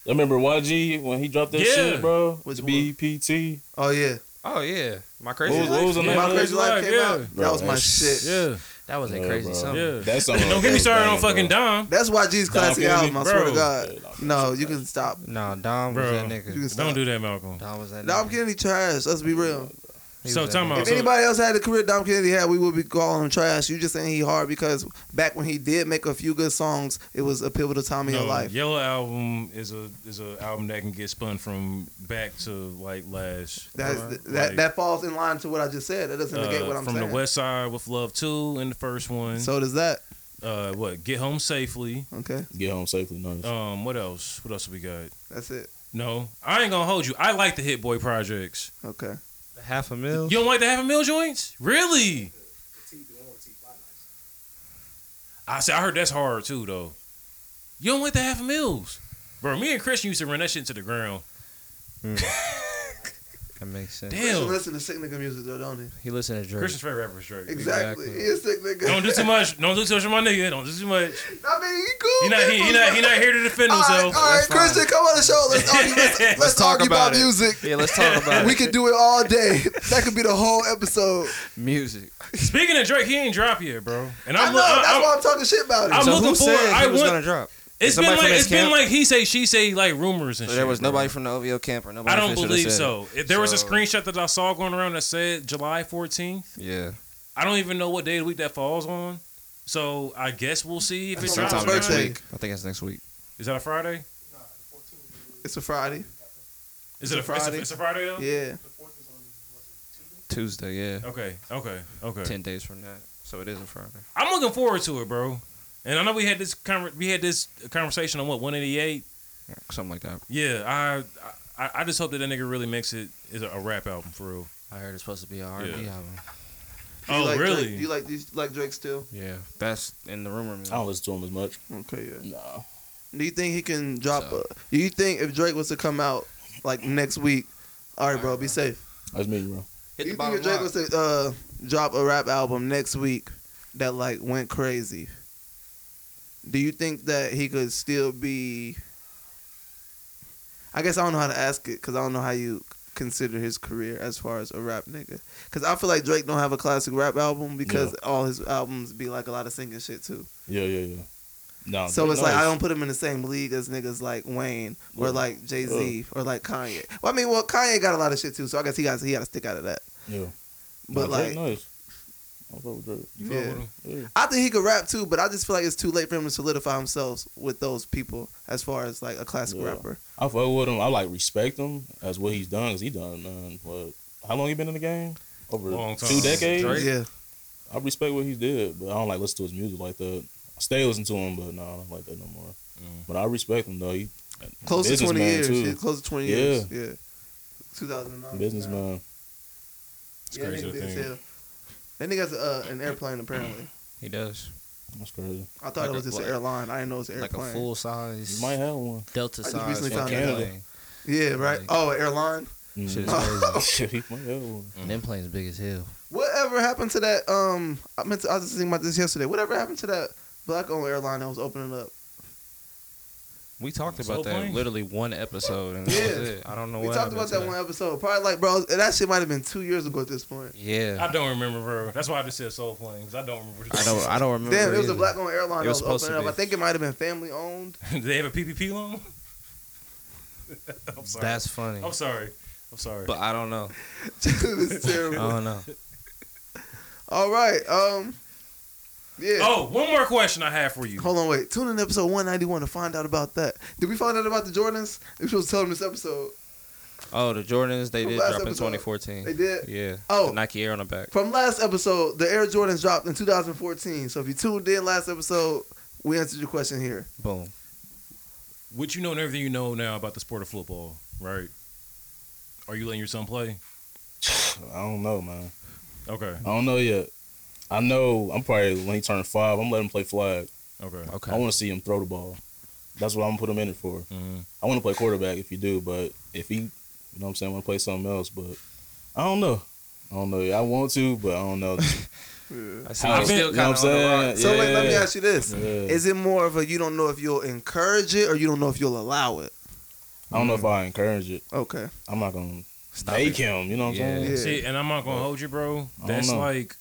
S5: I remember YG when he dropped that
S2: Yeah.
S5: shit, bro.
S3: Which
S5: the
S3: one?
S5: BPT.
S3: Oh yeah,
S4: Oh yeah, my
S5: What
S4: crazy.
S5: was, what was the
S2: Yeah.
S5: name
S3: my
S5: of
S3: crazy
S5: it?
S3: life
S2: Life,
S3: came
S2: yeah.
S3: out.
S5: Bro,
S3: that was my
S5: that's-
S3: shit.
S2: Yeah,
S5: Oh,
S4: That was a
S5: Yeah,
S4: crazy
S5: bro.
S4: summer.
S2: yeah.
S5: That song.
S2: Don't get me started on fucking Dom.
S3: That's YG's classic
S5: feel me?
S3: album. I swear to
S2: Bro.
S3: God. No, you can stop.
S4: No, Dom
S2: Bro.
S4: was that nigga.
S3: You can stop.
S2: Don't do that, Malcolm.
S4: Dom was that.
S3: Dom
S4: nigga.
S3: Kennedy trash. Let's be real.
S4: He
S2: So,
S4: was that
S2: time
S4: nigga.
S2: out.
S3: If
S2: Oh, so-
S3: anybody else had the career Dom Kennedy had, we would be calling him trash. You just saying he hard because back when he did make a few good songs, it was a pivotal time in your
S2: No,
S3: life.
S2: Yellow album is a is a album that can get spun from back to like last.
S3: That's,
S2: Like,
S3: that that falls in line to what I just said. That doesn't negate
S2: uh,
S3: what I'm
S2: from
S3: saying.
S2: the West Side with Love Two in the first one.
S3: So does that.
S2: uh, what Get Home Safely.
S3: Okay,
S5: Get home safely. Nice.
S2: Um, what else? What else we got?
S3: that's it.
S2: No, I ain't gonna hold you. I like the Hit Boy projects.
S3: Okay.
S4: Half a mil.
S2: You don't like the half a meal joints? Really? I said I heard that's hard too though. You don't like the half a meals, bro. Me and Christian used to run that shit to the ground.
S4: That makes sense.
S3: Christian
S2: Damn,
S3: listen to sick nigga music though, don't he?
S4: He listened to Drake.
S2: Christian's favorite rapper is Drake.
S3: Exactly.
S4: Exactly.
S3: He is sick nigga.
S2: Don't do too much. Don't do too much, for my nigga. Don't do too much.
S3: I mean, he cool.
S2: He not he, he not he not here to defend
S3: all right, all
S2: himself.
S3: right
S4: That's fine.
S3: Christian, come on the show. Let's argue. Let's, let's,
S4: Let's talk
S3: argue about,
S4: about it.
S3: music.
S4: Yeah, let's talk about
S3: We
S4: it.
S3: could do it all day. That could be the whole episode.
S4: music.
S2: Speaking of Drake, he ain't drop yet, bro. And
S3: i
S2: I'm,
S3: know.
S2: look-
S3: that's
S2: I'm-
S3: why I'm talking shit about it.
S2: I'm
S4: so
S2: looking
S4: who
S2: forward-
S4: said
S2: I
S4: he was
S2: want-
S4: gonna drop?
S2: it's been
S4: somebody
S2: like
S4: from his
S2: it's been
S4: camp?
S2: like he say she say like rumors and
S4: So
S2: shit.
S4: there was
S2: bro.
S4: nobody from the OVO camp or nobody.
S2: I don't
S4: official that
S2: believe
S4: said it.
S2: so. If there was a
S4: So- uh,
S2: screenshot that I saw going around that said July 14th.
S4: Yeah.
S2: I don't even know what day of the week that falls on. So I guess we'll see if it
S3: That's
S2: drops.
S4: Sometime
S2: or
S4: next
S2: not.
S3: birthday.
S4: week. I think that's next week.
S2: Is that a Friday?
S3: It's a Friday.
S2: Is it a Friday?
S3: Friday.
S2: It's a Friday though.
S3: Yeah.
S4: Tuesday, yeah.
S2: Okay. Okay. Okay.
S4: Ten days from that. So it is a Friday.
S2: I'm looking forward to it, bro. And I know we had this conver- we had this conversation on what 188.
S4: Something like that.
S2: Yeah, I I, I just hope that that nigga really makes it is a, a rap album for real.
S4: I heard it's supposed to be a R&B
S2: Yeah.
S4: album.
S3: Do you
S2: Oh
S3: like Drake-
S2: really?
S3: Do you like do you like Drake still?
S4: Yeah, that's in the rumor mill.
S5: I
S2: Oh.
S5: don't listen to him as much.
S3: Okay. Yeah.
S5: No.
S3: Do you think he can drop?
S4: So-
S3: a- do you think if Drake was to come out like next week? All right, bro, be safe.
S5: That's me, bro.
S3: do you
S4: Hit the
S3: think
S4: bottom
S3: if Drake
S4: line.
S3: was to uh, drop a rap album next week that like went crazy? Do you think that he could still be? I guess I don't know how to ask it because I don't know how you consider his career as far as a rap nigga. Because I feel like Drake don't have a classic rap album because all his albums be like a lot of singing shit too.
S5: Yeah, yeah, yeah. No.
S3: So
S5: but
S3: it's
S5: no,
S3: like I don't put him in the same league as niggas like Wayne or
S5: Yeah.
S3: like Jay Z or like Kanye. Well, I mean, well, Kanye got a lot of shit too, so I guess he got he got to stick out of that.
S5: Yeah.
S3: But
S5: No,
S3: like,
S5: Drake nice. I fuck with Drake.
S2: You fuck with
S3: Yeah.
S2: him?
S5: Yeah.
S3: I think he could rap too, but I just feel like it's too late for him to solidify himself with those people as far as like a classic
S5: Yeah.
S3: rapper.
S5: I fuck with him. I like respect him as what he's done. Cause he done none. But how long he been in the game? Over
S2: Long time.
S5: two decades.
S2: Drake?
S3: Yeah,
S5: I respect what he did, but I don't like listen to his music like that. I stay listening to him, but no, I don't like that no more.
S2: Mm.
S5: But I respect him though. He
S3: close to twenty
S5: businessman,
S3: years.
S5: too.
S3: Yeah, close to twenty
S5: Yeah.
S3: years. Yeah, two thousand nine.
S5: businessman.
S2: It's crazy to think.
S3: That nigga has uh, an airplane apparently.
S4: He does.
S5: That's crazy.
S3: I thought
S4: Like
S3: it
S4: a-
S3: was just
S4: like-
S3: an airline. I didn't know it was an
S4: Like
S3: airplane.
S4: a full size
S5: You might have one.
S4: Delta
S3: I just
S4: size
S3: recently
S4: fucking
S3: found out.
S4: plane.
S3: yeah, right.
S4: like-
S3: Oh, an airline.
S4: Shit
S5: Mm.
S4: is crazy.
S5: he might have one.
S4: And them planes big as hell.
S3: Whatever happened to that? Um, I meant to, I was just thinking about this yesterday. Whatever happened to that black-owned airline that was opening up?
S4: We talked
S2: So
S4: about that
S2: planes?
S4: literally one episode and that was
S3: Yeah.
S4: it. I don't know
S3: We
S4: what
S3: talked about
S4: happened
S3: that
S4: to
S3: one episode. Probably like, bro, that shit might have been two years ago at this point.
S4: Yeah.
S2: I don't remember, bro. That's why I just said Soul Plane because I don't remember.
S4: I don't I don't remember.
S3: Damn, it was a
S4: either.
S3: black-owned airline
S4: It
S3: that
S4: was
S3: was,
S4: supposed
S3: opening up.
S4: to
S3: I
S4: be.
S3: think it might have been family-owned.
S2: Do they have a PPP loan? I'm sorry.
S4: That's funny.
S2: I'm sorry. I'm sorry.
S4: But I don't know.
S3: it's
S4: I
S3: terrible.
S4: don't know.
S3: All right, um, yeah.
S2: oh, one more question I have for you.
S3: Hold on, wait. Tune in to episode 191 to find out about that. Did we find out about the Jordans? We supposed to tell them this episode.
S4: Oh, the Jordans they did
S3: Last
S4: drop in
S3: episode.
S4: 2014.
S3: They did?
S4: Yeah.
S3: Oh.
S4: The Nike Air on the back.
S3: From last episode, the Air Jordans dropped in 2014. So if you tuned in last episode, we answered your question here.
S4: Boom.
S2: What you know and everything you know now about the sport of football, right? Are you letting your son play?
S5: I don't know, man.
S2: Okay.
S5: I don't know yet. I know I'm probably when he turned five, I'm letting him play flag.
S2: Okay.
S4: Okay.
S5: I want to see him throw the ball. That's what I'm gonna put him in it for.
S2: Mhm.
S5: I want to play quarterback if you do, but if he, you know what I'm saying, want to play something else, but I don't know. I don't know. I want to, but I don't
S3: Yeah.
S5: know.
S4: I
S5: How-
S4: am still
S5: you
S4: kind
S5: know
S4: of
S5: what I'm saying?
S4: saying.
S5: Yeah.
S3: So like, let me ask you this:
S5: Yeah.
S3: Is it more of a you don't know if you'll encourage it or you don't know if you'll allow it?
S5: I don't know if I encourage it.
S3: Okay.
S5: I'm not gonna make him. You know what
S4: Yeah.
S5: I'm saying?
S3: Yeah.
S2: See, and I'm not gonna hold you, bro.
S5: I don't
S2: That's
S5: know.
S2: like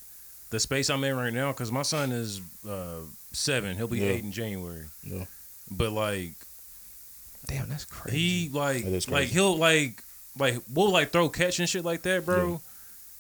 S2: the space I'm in right now because my son is uh, seven. He'll be
S5: Yeah.
S2: eight in January.
S5: Yeah.
S2: But like
S4: Damn, that's crazy.
S2: he like
S5: That is
S2: like
S5: crazy.
S2: he'll like like we'll like throw catch and shit like that, bro.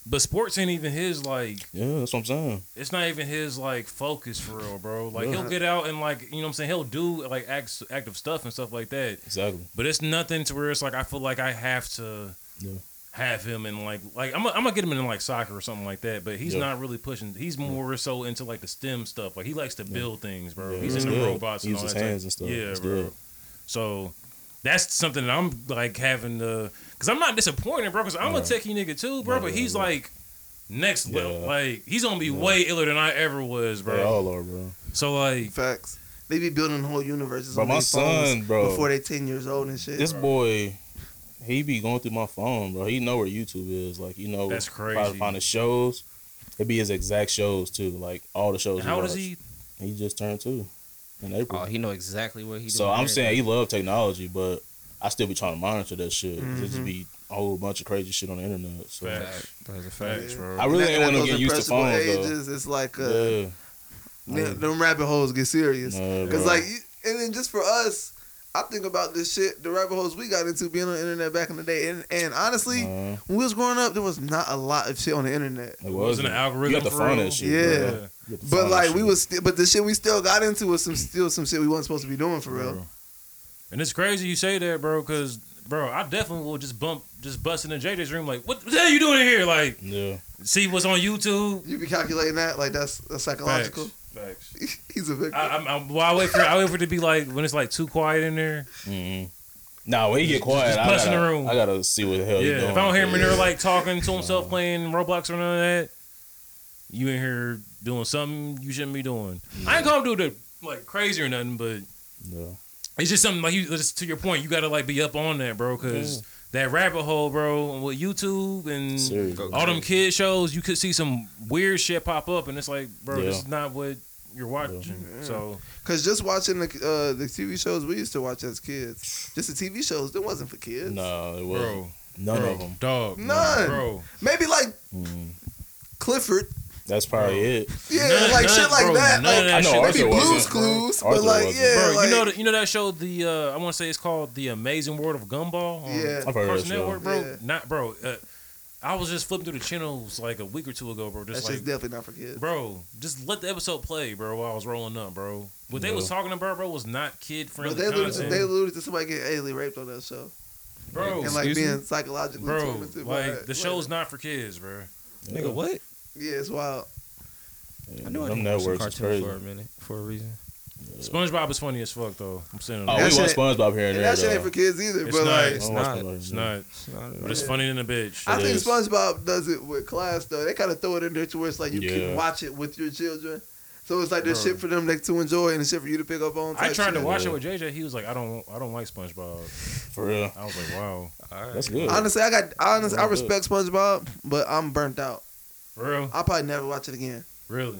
S2: But sports ain't even his like
S5: Yeah, that's what I'm saying.
S2: it's not even his like focus for real, bro. Like
S5: Yeah.
S2: he'll get out and like you know what I'm saying he'll do like acts, active stuff and stuff like that.
S5: Exactly.
S2: But it's nothing to where it's like I feel like I have to
S5: Yeah.
S2: have him in like like I'm gonna- I'm gonna get him in like soccer or something like that. But he's
S5: Yeah.
S2: not really pushing. He's more so into like the STEM stuff. Like he likes to build things, bro.
S5: Yeah,
S2: he's
S5: it's
S2: into
S5: good.
S2: robots
S5: He
S2: and all
S5: uses
S2: that.
S5: hands
S2: type-
S5: and stuff.
S2: Yeah,
S5: It's
S2: bro.
S5: good.
S2: So that's something that I'm like having to because I'm not disappointed, bro. Because I'm a
S5: Right.
S2: techie nigga too, bro.
S5: Right,
S2: but
S5: right,
S2: he's
S5: right.
S2: like. Next level,
S5: Yeah.
S2: like he's gonna be way iller than I ever was,
S5: They
S2: bro.
S5: all are, bro.
S2: So like,
S3: Facts. They be building whole universes
S5: Bro,
S3: on
S5: my
S3: these phones
S5: son, bro.
S3: before they ten years old and shit.
S5: This boy, he be going through my phone, bro. He know where YouTube is. Like, you know,
S2: That's
S5: Probably
S2: crazy.
S5: find his shows. It be his exact shows too. Like all the shows.
S2: how old is
S5: watched.
S2: he?
S5: He just turned two in April.
S4: Oh, he know exactly what he.
S5: So
S4: doing
S5: I'm
S4: there.
S5: saying he love technology, but I still be trying to monitor that shit. It just
S3: Mhm.
S5: be a whole bunch of crazy shit on the internet. So
S2: Fact.
S4: Fact. That is a fact.
S2: Facts,
S3: Yeah.
S2: bro.
S5: I really
S3: And
S5: ain't
S3: at
S5: want to
S3: those
S5: get used to
S3: impressionable
S5: phones though.
S3: ages, It's like uh,
S5: Yeah,
S3: them- them rabbit holes get serious.
S5: Nah,
S3: Cause
S5: bro.
S3: like, you- and then just for us, I think about this shit. The rabbit holes we got into being on the internet back in the day, and and honestly,
S5: Nah,
S3: when we was growing up, there was not a lot of shit on the internet.
S5: it
S2: was an
S5: wasn't.
S2: algorithm
S5: You have to
S2: for
S5: find
S2: real?
S5: that shit.
S3: Yeah.
S5: bro.
S2: Yeah.
S5: You have to
S3: But
S5: find that
S3: like we
S5: shit.
S3: was, st- but the shit we still got into was some still some shit we wasn't supposed to be doing for real.
S2: Bro. And it's crazy you say that, bro, because bro, I definitely will just bump, just bust into JJ's room, like, what, what the hell you doing in here? Like,
S5: Yeah,
S2: see what's on YouTube.
S3: You be calculating that like that's, that's psychological.
S2: Facts. Facts.
S3: He's a victim.
S2: I, I'm, I'm, well, I wait for, I wait for it to be like when it's like too quiet in there.
S5: mm Nah, when he get quiet, I
S2: bust
S5: gotta,
S2: in the room.
S5: I gotta see what the hell Oh, you
S2: yeah.
S5: doing.
S2: If I don't hear him in there
S5: Yeah.
S2: like talking to
S5: Oh.
S2: himself, playing Roblox or none of that, you in here doing something you shouldn't be doing. I ain't gonna do the like crazy or nothing, but
S5: Yeah.
S2: It's just something like you. Just to your point, you gotta like be up on that, bro, because that rabbit hole, bro, with YouTube and
S5: Serious.
S4: Go-
S2: all them kid shows, you could see some weird shit pop up, and it's like, bro, this
S5: Yeah.
S2: is not what you're watching. So
S3: Cause just watching the uh, the TV shows we used to watch as kids, just the TV shows, it wasn't for kids.
S5: No, it wasn't.
S2: bro,
S5: None
S2: bro,
S5: of them.
S2: dog,
S3: None.
S2: bro.
S3: Maybe like Clifford,
S5: That's probably
S2: Bro.
S5: it.
S3: yeah,
S2: None-
S3: like
S2: none-
S3: shit like
S2: bro,
S3: that.
S2: none of
S3: Like
S5: I know
S2: shit-
S5: Arthur
S3: maybe
S5: wasn't.
S3: Blue's Clues,
S5: Arthur
S3: but like
S5: wasn't.
S3: yeah,
S2: Bro,
S3: like,
S2: you know, the, you know that show, the uh, I want to say it's called the Amazing World of Gumball. On
S3: Yeah.
S5: I've heard
S2: Cartoon
S5: of that show.
S2: Network, bro.
S3: Yeah.
S2: Not, bro. Uh, I was just flipping through the channels like a week or two ago, bro.
S3: that
S2: Just
S3: shit's
S2: like
S3: definitely not for kids.
S2: Bro, just let the episode play, bro. While I was rolling up, bro. What they
S5: Yeah.
S2: was talking about, bro, was not kid
S3: But
S2: friendly
S3: they alluded, to,
S2: content,
S3: they alluded to somebody getting alien raped on that show,
S2: bro.
S3: and like
S4: excuse
S3: being psychologically
S2: bro,
S3: tormented. by
S2: like
S3: that.
S2: the show's not for kids, bro.
S5: Yeah.
S4: what?
S3: yeah, it's wild.
S5: Yeah,
S4: I knew I
S5: them
S4: didn't watch some
S5: networks
S4: cartoons
S5: is crazy. Oh,
S4: for a minute for a reason.
S2: SpongeBob is funny as fuck, though. I'm saying,
S5: Oh,
S3: That
S5: we want
S3: shit-
S5: SpongeBob here
S3: And
S5: and, there.
S3: that shit ain't for kids either.
S2: It's
S3: but
S2: not.
S3: like,
S5: though.
S2: It's
S5: I
S4: not.
S5: don't watch SpongeBob.
S2: Oh, it's not,
S4: It's not-
S2: but it's funny than a bitch.
S3: I
S5: It
S3: think
S5: is.
S3: SpongeBob does it with class though. They kind of throw it in there to where it's like you
S5: Yeah.
S3: can watch it with your children. So it's like there's
S2: Bro.
S3: shit for them like, to enjoy and shit for you to pick up on.
S2: I
S3: type
S2: tried
S3: shit.
S2: to watch it
S5: Yeah.
S2: with JJ. He was like, I don't, I don't like SpongeBob.
S5: For real.
S2: I was like, wow,
S4: All right.
S5: That's good.
S3: Honestly, I got honestly I
S5: Real good.
S3: respect SpongeBob, but I'm burnt out.
S2: for real,
S3: I'll probably never watch it again
S2: really.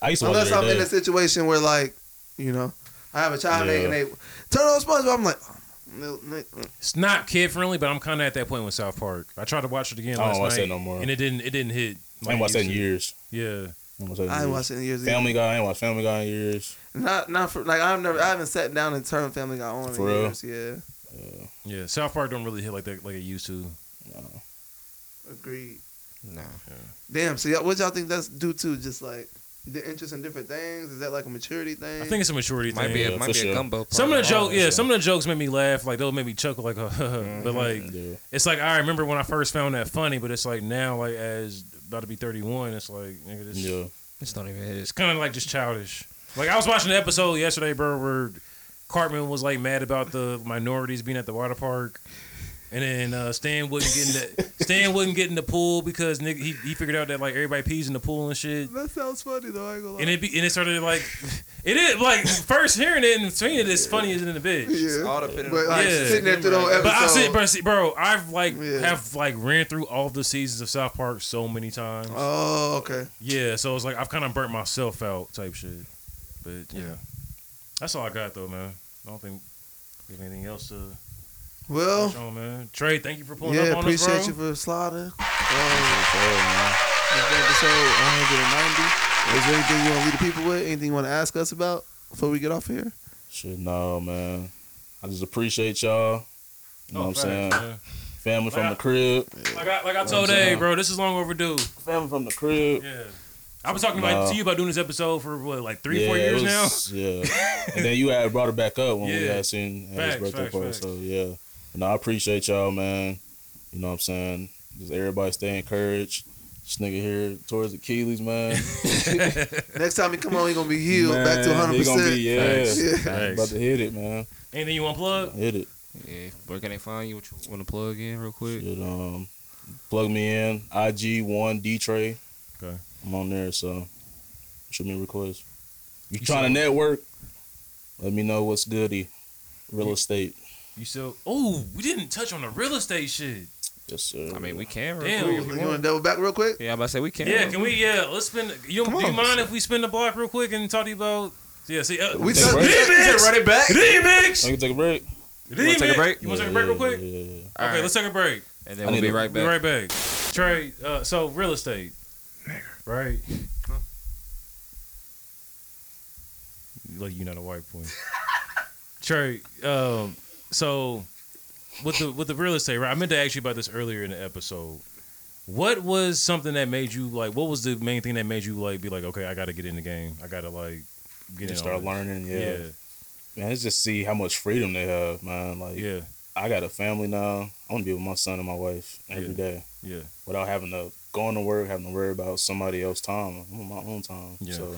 S5: I used to watch
S3: unless
S5: it
S3: I'm
S5: every
S3: in
S5: day.
S3: a situation where like you know I have a child
S5: Yeah.
S3: and they turn on SpongeBob. I'm like, oh, no, no, no.
S2: It's not kid friendly, but I'm kind of at that point with South Park. I tried to watch it again
S5: I don't
S2: last
S5: watch
S2: night,
S5: that no more.
S2: and it didn't, it didn't hit.
S5: I ain't watched that in years.
S2: Yeah,
S5: I ain't watched that in
S3: I ain't
S5: years.
S3: watched it in years. either.
S5: Family Guy. I ain't watched Family Guy in years.
S3: Not not for like I've never I haven't sat down and turned Family Guy on
S5: For
S3: in
S5: real?
S3: years. Yeah,
S2: yeah. South Park don't really hit like that, like it used to.
S3: agreed.
S4: Nah.
S3: Damn. So y'all, what y'all think that's due to? Just like the interest in different things. Is that like a maturity thing?
S2: I think it's a maturity thing.
S4: Might be
S5: Yeah,
S4: a,
S5: for
S4: might be
S5: sure.
S4: a gumbo. part.
S2: some of the jokes, yeah,
S5: yeah. Mm-hmm.
S2: some of the jokes made me laugh. Like they'll make me chuckle, like, but like
S5: Yeah.
S2: it's like I remember when I first found that funny, but it's like now, like as about to be thirty one, it's like nigga, this,
S5: Yeah.
S4: This don't even hit
S2: it's
S4: his.
S2: kind of like just childish. Like I was watching an episode yesterday, bro, where Cartman was like mad about the minorities being at the water park, And then uh, Stan wouldn't get in the Stan wouldn't get in the pool because nigga, he, he figured out that like everybody pees in the pool and shit.
S3: That sounds funny though. I ain't gonna lie.
S2: And it be, and it started like it is like first hearing it and seeing it is funny as in the bitch.
S3: yeah.
S4: All depending
S3: But
S4: on-
S3: like
S2: Yeah.
S3: sitting there through the whole episode.
S2: But I said, bro, see, bro, I've like
S3: Yeah.
S2: have like ran through all the seasons of South Park so many times.
S3: oh, okay.
S2: Yeah, so it's like I've kind of burnt myself out type shit. But yeah, that's all I got though, man. I don't think we have anything else to
S3: Well,
S2: touch on, man. Trey, thank you for pulling
S3: Oh. yeah,
S2: up on
S3: appreciate
S2: us,
S3: you
S2: bro.
S3: for sliding.
S5: man.
S3: This episode 190. Is there anything you want to leave the people with? Anything you want to ask us about before we get off of here?
S5: Shit, no, man. I just appreciate y'all. You know
S2: Oh,
S5: what I'm saying? Family from the crib.
S2: Like I, like I
S5: I'm
S2: told
S5: saying?
S2: Dave, bro, this is long overdue.
S5: Family from the crib.
S2: Yeah. I've been talking about,
S5: Nah.
S2: to you about doing this episode for what, like three,
S5: Yeah,
S2: four
S5: it
S2: years now.
S5: was- Yeah. and then you had brought it back up when we
S2: Yeah.
S5: had seen at
S2: Facts,
S5: his birthday
S2: facts,
S5: party.
S2: facts.
S5: So yeah. And I appreciate y'all, man. You know what I'm saying? Just everybody stay encouraged. This nigga here towards Achilles, man.
S3: Next time you come on, you're going to be healed back to
S5: Man,
S3: 100%.
S5: he gonna be- yeah.
S2: Facts.
S3: Yeah.
S2: Facts.
S5: About to hit it, man.
S2: Anything you want to plug?
S5: Hit it.
S4: Yeah, where can they find you? What you want to plug in real quick?
S5: Shit, um, plug me in. IG one D Trey.
S2: Okay.
S5: I'm on there, so shoot me a request. You, trying to network? Let me know what's goody. Real estate.
S2: You still? Oh, we didn't touch on the real estate shit.
S5: Yes, sir.
S4: I mean, we can. Real
S2: Damn.
S4: quick
S3: You
S4: if you
S3: want to
S4: want.
S3: double back real quick?
S4: Yeah, I'm about to say we can.
S2: Yeah, can we? Yeah, let's spin. You
S4: Come
S2: do you
S4: on.
S2: mind if we spin the block real quick and talk to you about? Yeah, see, uh,
S3: We
S5: Take
S3: said
S5: a break.
S2: remix,
S1: it back.
S5: I
S2: remix,
S5: can Oh, take a break.
S4: You wanna take a break?
S2: You want to take a break real quick?
S5: Yeah, yeah, yeah.
S4: All
S2: Okay,
S4: right.
S2: let's take a break.
S4: and then
S5: I
S4: we'll
S5: need
S4: be
S5: to-
S4: right
S2: Be
S4: back.
S2: right back. Trey, uh, so real estate, right? Like you're not a white boy. Trey, um, so with the with the real estate, right? I meant to ask you about this earlier in the episode. What was something that made you like? What was the main thing that made you like be like, okay, I got to get in the game. I got to like get in.
S5: Just
S2: on
S5: start
S2: this."
S5: learning. Yeah.
S2: Yeah,
S5: man. Let's just see how much freedom they have, man. Like,
S2: yeah,
S5: I got a family now. I want to be with my son and my wife
S2: Yeah.
S5: every day
S2: yeah.
S5: without having to going to work, having to worry about somebody else's time. I'm on my own time.
S2: Yeah.
S5: So,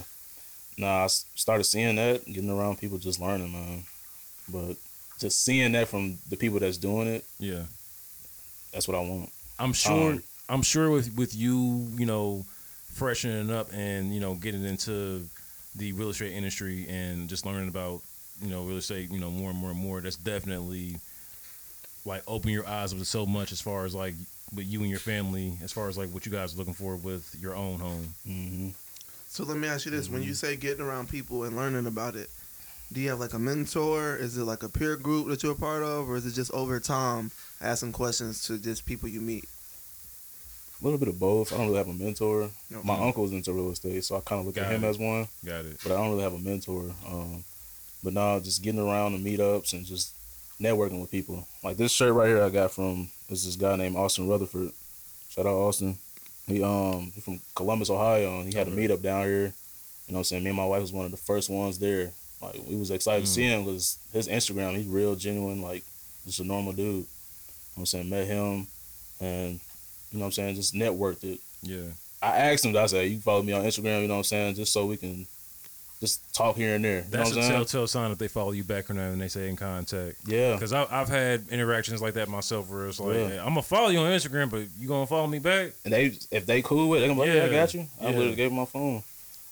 S5: nah, I s- started seeing that, getting around people, just learning, man. But just seeing that from the people that's doing it,
S2: yeah.
S5: that's what I want.
S2: I'm sure.
S5: Um,
S2: I'm sure with with you, you know, freshening up and you know getting into the real estate industry and just learning about you know real estate, you know, more and more and more. That's definitely like open your eyes up to so much as far as like with you and your family, as far as like what you guys are looking for with your own home.
S5: hmm
S3: So let me ask you this: When
S5: Mm-hmm.
S3: you say getting around people and learning about it, do you have like a mentor? Is it like a peer group that you're a part of, or is it just over time asking questions to just people you meet?
S5: A little bit of both. I don't really have a mentor.
S3: No.
S5: My uncle's into real estate, so I kind of look
S2: Got
S5: at him
S2: it.
S5: as one.
S2: Got it.
S5: but I don't really have a mentor. Um, but now just getting around to meetups and just networking with people. Like this shirt right here, I got from is this guy named Austin Rutherford. Shout out Austin. He um he from Columbus, Ohio, and he had a
S2: Okay.
S5: meetup down here. You know, what I'm saying me and my wife was one of the first ones there. Like we was excited to
S2: Mm.
S5: see him because his Instagram, he's real, genuine, like just a normal dude. You know what I'm saying met him, and you know what I'm saying just networked it.
S2: Yeah.
S5: I asked him, I said, you follow me on Instagram, you know what I'm saying? Just so we can just talk here and there. You
S2: That's
S5: know
S2: a
S5: what I'm saying?
S2: telltale sign that they follow you back or not and they say in contact.
S5: Yeah.
S2: Because I've had interactions like that myself where it's like,
S5: Yeah.
S2: hey, I'm going to follow you on Instagram, but you going to follow me back?
S5: And they if they cool with it, they gonna be like, yeah, I
S2: Yeah.
S5: got you. I
S2: Yeah.
S5: literally gave him my phone.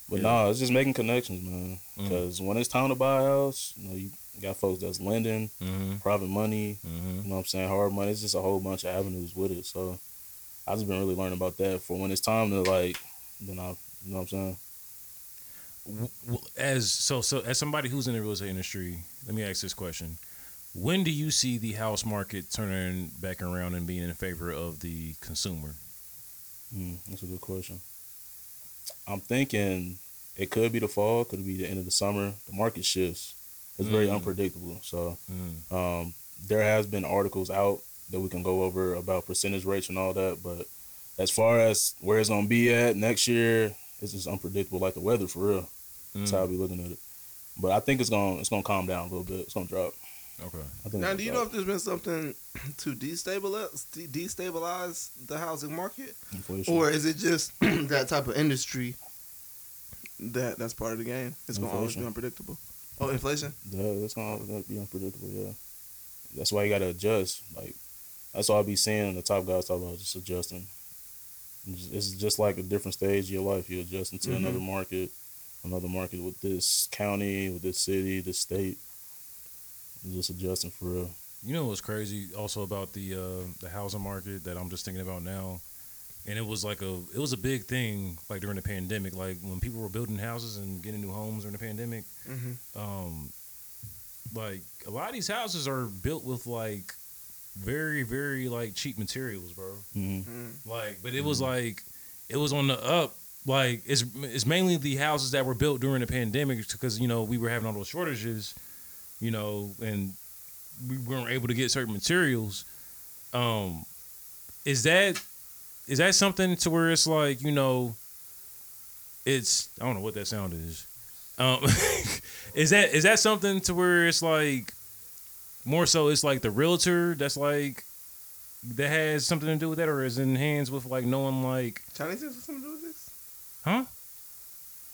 S5: But
S2: Yeah.
S5: nah, it's just making connections, man.
S2: Mhm.
S5: Because when it's time to buy a house, you know, you got folks that's lending,
S2: Mm-hmm.
S5: private money,
S2: Mm-hmm.
S5: you know what I'm saying, hard money. It's just a whole bunch of avenues with it. So I just been really learning about that for when it's time to like then I you know what I'm saying?
S2: w- w- as so so as somebody who's in the real estate industry, let me ask this question: When do you see the house market turning back around and being in favor of the consumer?
S5: Mm, that's a good question. I'm thinking it could be the fall, could be the end of the summer. The market shifts. It's very
S2: Mm.
S5: unpredictable. So um, there has been articles out that we can go over about percentage rates and all that. But as far as where it's gonna be at next year, it's just unpredictable, like the weather for real.
S2: mm,
S5: That's
S3: Mm.
S5: how I'll be looking at it. But I think it's gonna it's gonna calm down a little bit. It's gonna drop.
S2: Okay.
S5: I think.
S3: Now,
S5: it's
S3: do you
S5: gonna
S3: know if there's been something to destabilize de- destabilize the housing market,
S5: drop. Inflation.
S3: or is it just that type of industry that that's part of the game? It's gonna always be
S5: Inflation.
S3: unpredictable. Oh, inflation.
S5: Yeah, it's gonna, it's gonna be unpredictable. Yeah, that's why you gotta adjust. Like That's all I be seeing the top guys talk about just adjusting. It's just like a different stage of your life. You adjust
S2: Mm-hmm.
S5: into another market, another market with this county, with this city, this state. You're just adjusting for real.
S2: You know what's crazy also about the uh, the housing market that I'm just thinking about now, and it was like a it was a big thing like during the pandemic, like when people were building houses and getting new homes during the pandemic.
S3: Mhm.
S2: Um, like a lot of these houses are built with like very very like cheap materials, bro.
S5: Mm-hmm.
S2: Like, but it was like it was on the up. Like it's it's mainly the houses that were built during the pandemic because you know we were having all those shortages, you know, and we weren't able to get certain materials. Um, is that is that something to where it's like you know, it's I don't know what that sound is. Um, is that is that something to where it's like more so it's like the realtor that's like that has something to do with that, or is in hands with like knowing like
S3: Chinese has something to do with this?
S2: Huh?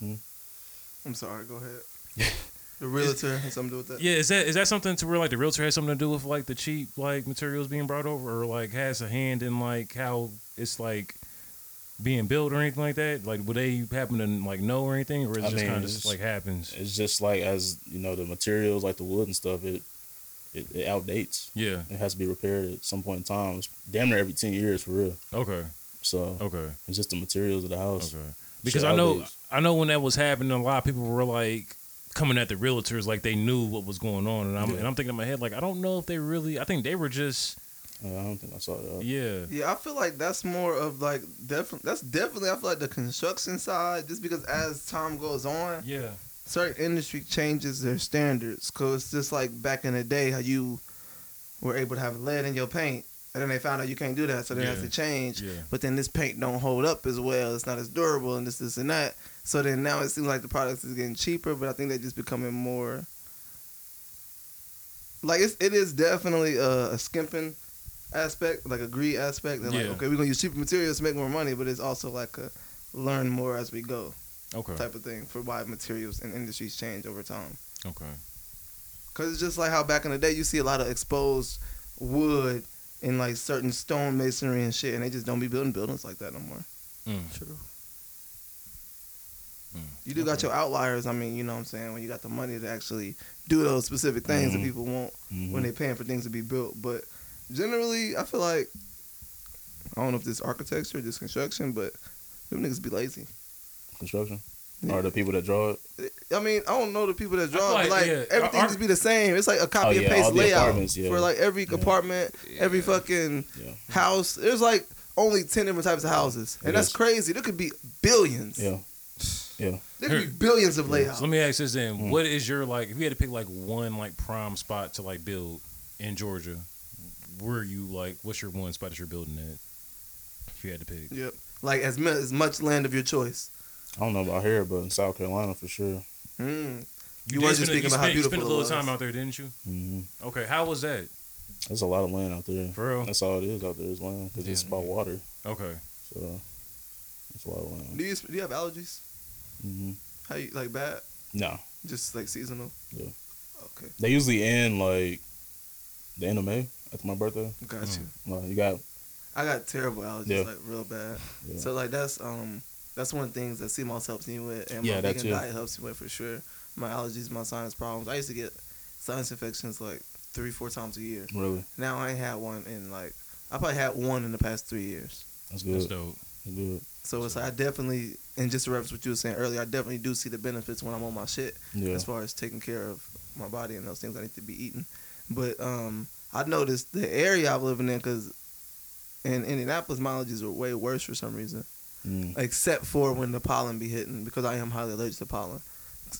S5: Hmm.
S3: I'm sorry. Go ahead. the realtor has something to do with that.
S2: yeah, is that is that something to where like the realtor has something to do with like the cheap like materials being brought over, or like has a hand in like how it's like being built or anything like that? Like, would they happen to like know or anything, or is it
S5: I
S2: just
S5: mean,
S2: kind of
S5: it's
S2: just
S5: just-
S2: like happens?
S5: It's just like as you know the materials like the wood and stuff. It it, it outdates.
S2: Yeah.
S5: It has to be repaired at some point in time. It's damn near every ten years for real.
S2: Okay.
S5: So
S2: Okay.
S5: it's just the materials of the house.
S2: Okay.
S5: Shit
S2: Because I know
S5: outdates.
S2: I know when that was happening, a lot of people were like coming at the realtors like they knew what was going on, and I'm
S5: Yeah.
S2: and I'm thinking in my head like I don't know if they really. I think they were just
S5: Uh, I don't think I saw that.
S2: yeah.
S3: Yeah, I feel like that's more of like definitely that's definitely I feel like the construction side just because as time goes on,
S2: Yeah.
S3: certain industry changes their standards. Cause it's just like back in the day how you were able to have lead in your paint, and then they found out you can't do that, so they have
S2: Yeah.
S3: to change.
S2: Yeah.
S3: But then this paint don't hold up as well. It's not as durable, and this, this, and that. So then now it seems like the products is getting cheaper, but I think they're just becoming more. Like it's, it is definitely a, a skimping aspect, like a greed aspect. They're
S2: Yeah.
S3: like, okay, we're gonna use cheaper materials to make more money, but it's also like a learn more as we go
S2: Okay.
S3: type of thing for why materials and industries change over time.
S2: Okay.
S3: Cause it's just like how back in the day you see a lot of exposed wood and like certain stone masonry and shit, and they just don't be building buildings like that no more.
S2: Mm.
S3: True.
S2: Mm,
S3: You do got your outliers. I mean, you know what I'm saying. When you got the money to actually do those specific things
S5: Mhm.
S3: that people want
S5: Mhm.
S3: when they paying for things to be built. But generally, I feel like I don't know if this architecture, this construction, but them niggas be lazy.
S5: construction or the people that draw it.
S3: I mean, I don't know the people that draw,
S2: feel
S3: it, but
S2: like,
S3: like
S2: yeah,
S3: everything
S2: ar-
S3: just be the same. It's like a copy
S5: Oh, yeah,
S3: and
S5: all
S3: paste
S5: the
S3: layout
S5: apartments, yeah.
S3: for like every
S5: Yeah.
S3: apartment, every
S4: Yeah.
S3: fucking
S5: Yeah.
S3: house. There's like only ten different types of houses, and
S5: It
S3: that's
S5: is.
S3: crazy. There could be billions.
S5: Yeah, yeah.
S3: There could be billions of layouts.
S2: So let me ask this then:
S5: Mm.
S2: What is your like? If you had to pick like one like prime spot to like build in Georgia, where you like? What's your one spot that you're building at? If you had to pick,
S3: Yep. Like as much as much land of your choice.
S5: I don't know about here, but in South Carolina for sure.
S3: Mm.
S2: did
S3: You were just
S2: spend a-
S3: speaking about how
S2: spent- You spent
S3: beautiful
S2: a
S3: it
S2: little
S3: was.
S2: time out there, didn't you?
S5: hmm
S2: Okay, how was that?
S5: There's a lot of land out there.
S2: For real?
S5: That's all it is out there is land because it's
S4: Yeah.
S5: about water.
S2: Okay,
S5: So it's a lot of land.
S3: Do you do you have allergies?
S5: hmm
S3: How you like bad?
S5: No,
S3: Just like seasonal.
S5: Yeah.
S3: Okay.
S5: they usually end like the end of May after my birthday.
S3: Got you.
S5: Like you got
S3: I got terrible allergies,
S5: Yeah.
S3: like real bad.
S5: Yeah.
S3: So like that's um that's one of the things that CMOS helps me with, and
S5: Yeah,
S3: my
S5: that
S3: vegan
S5: too.
S3: diet helps me with for sure. My allergies, my sinus problems. I used to get sinus infections like three, four times a year.
S5: really
S3: Now I ain't had one in like I probably had one in the past three years.
S5: that's good.
S2: that's
S5: That's,
S2: dope.
S5: good.
S3: So it's like I definitely, and just to reference what you were saying earlier, I definitely do see the benefits when I'm on my shit
S5: Yeah.
S3: as far as taking care of my body and those things I need to be eating. But um, I noticed the area I'm living in, because in Indianapolis, my allergies are way worse for some reason,
S5: Mm.
S3: except for when the pollen be hitting, because I am highly allergic to pollen.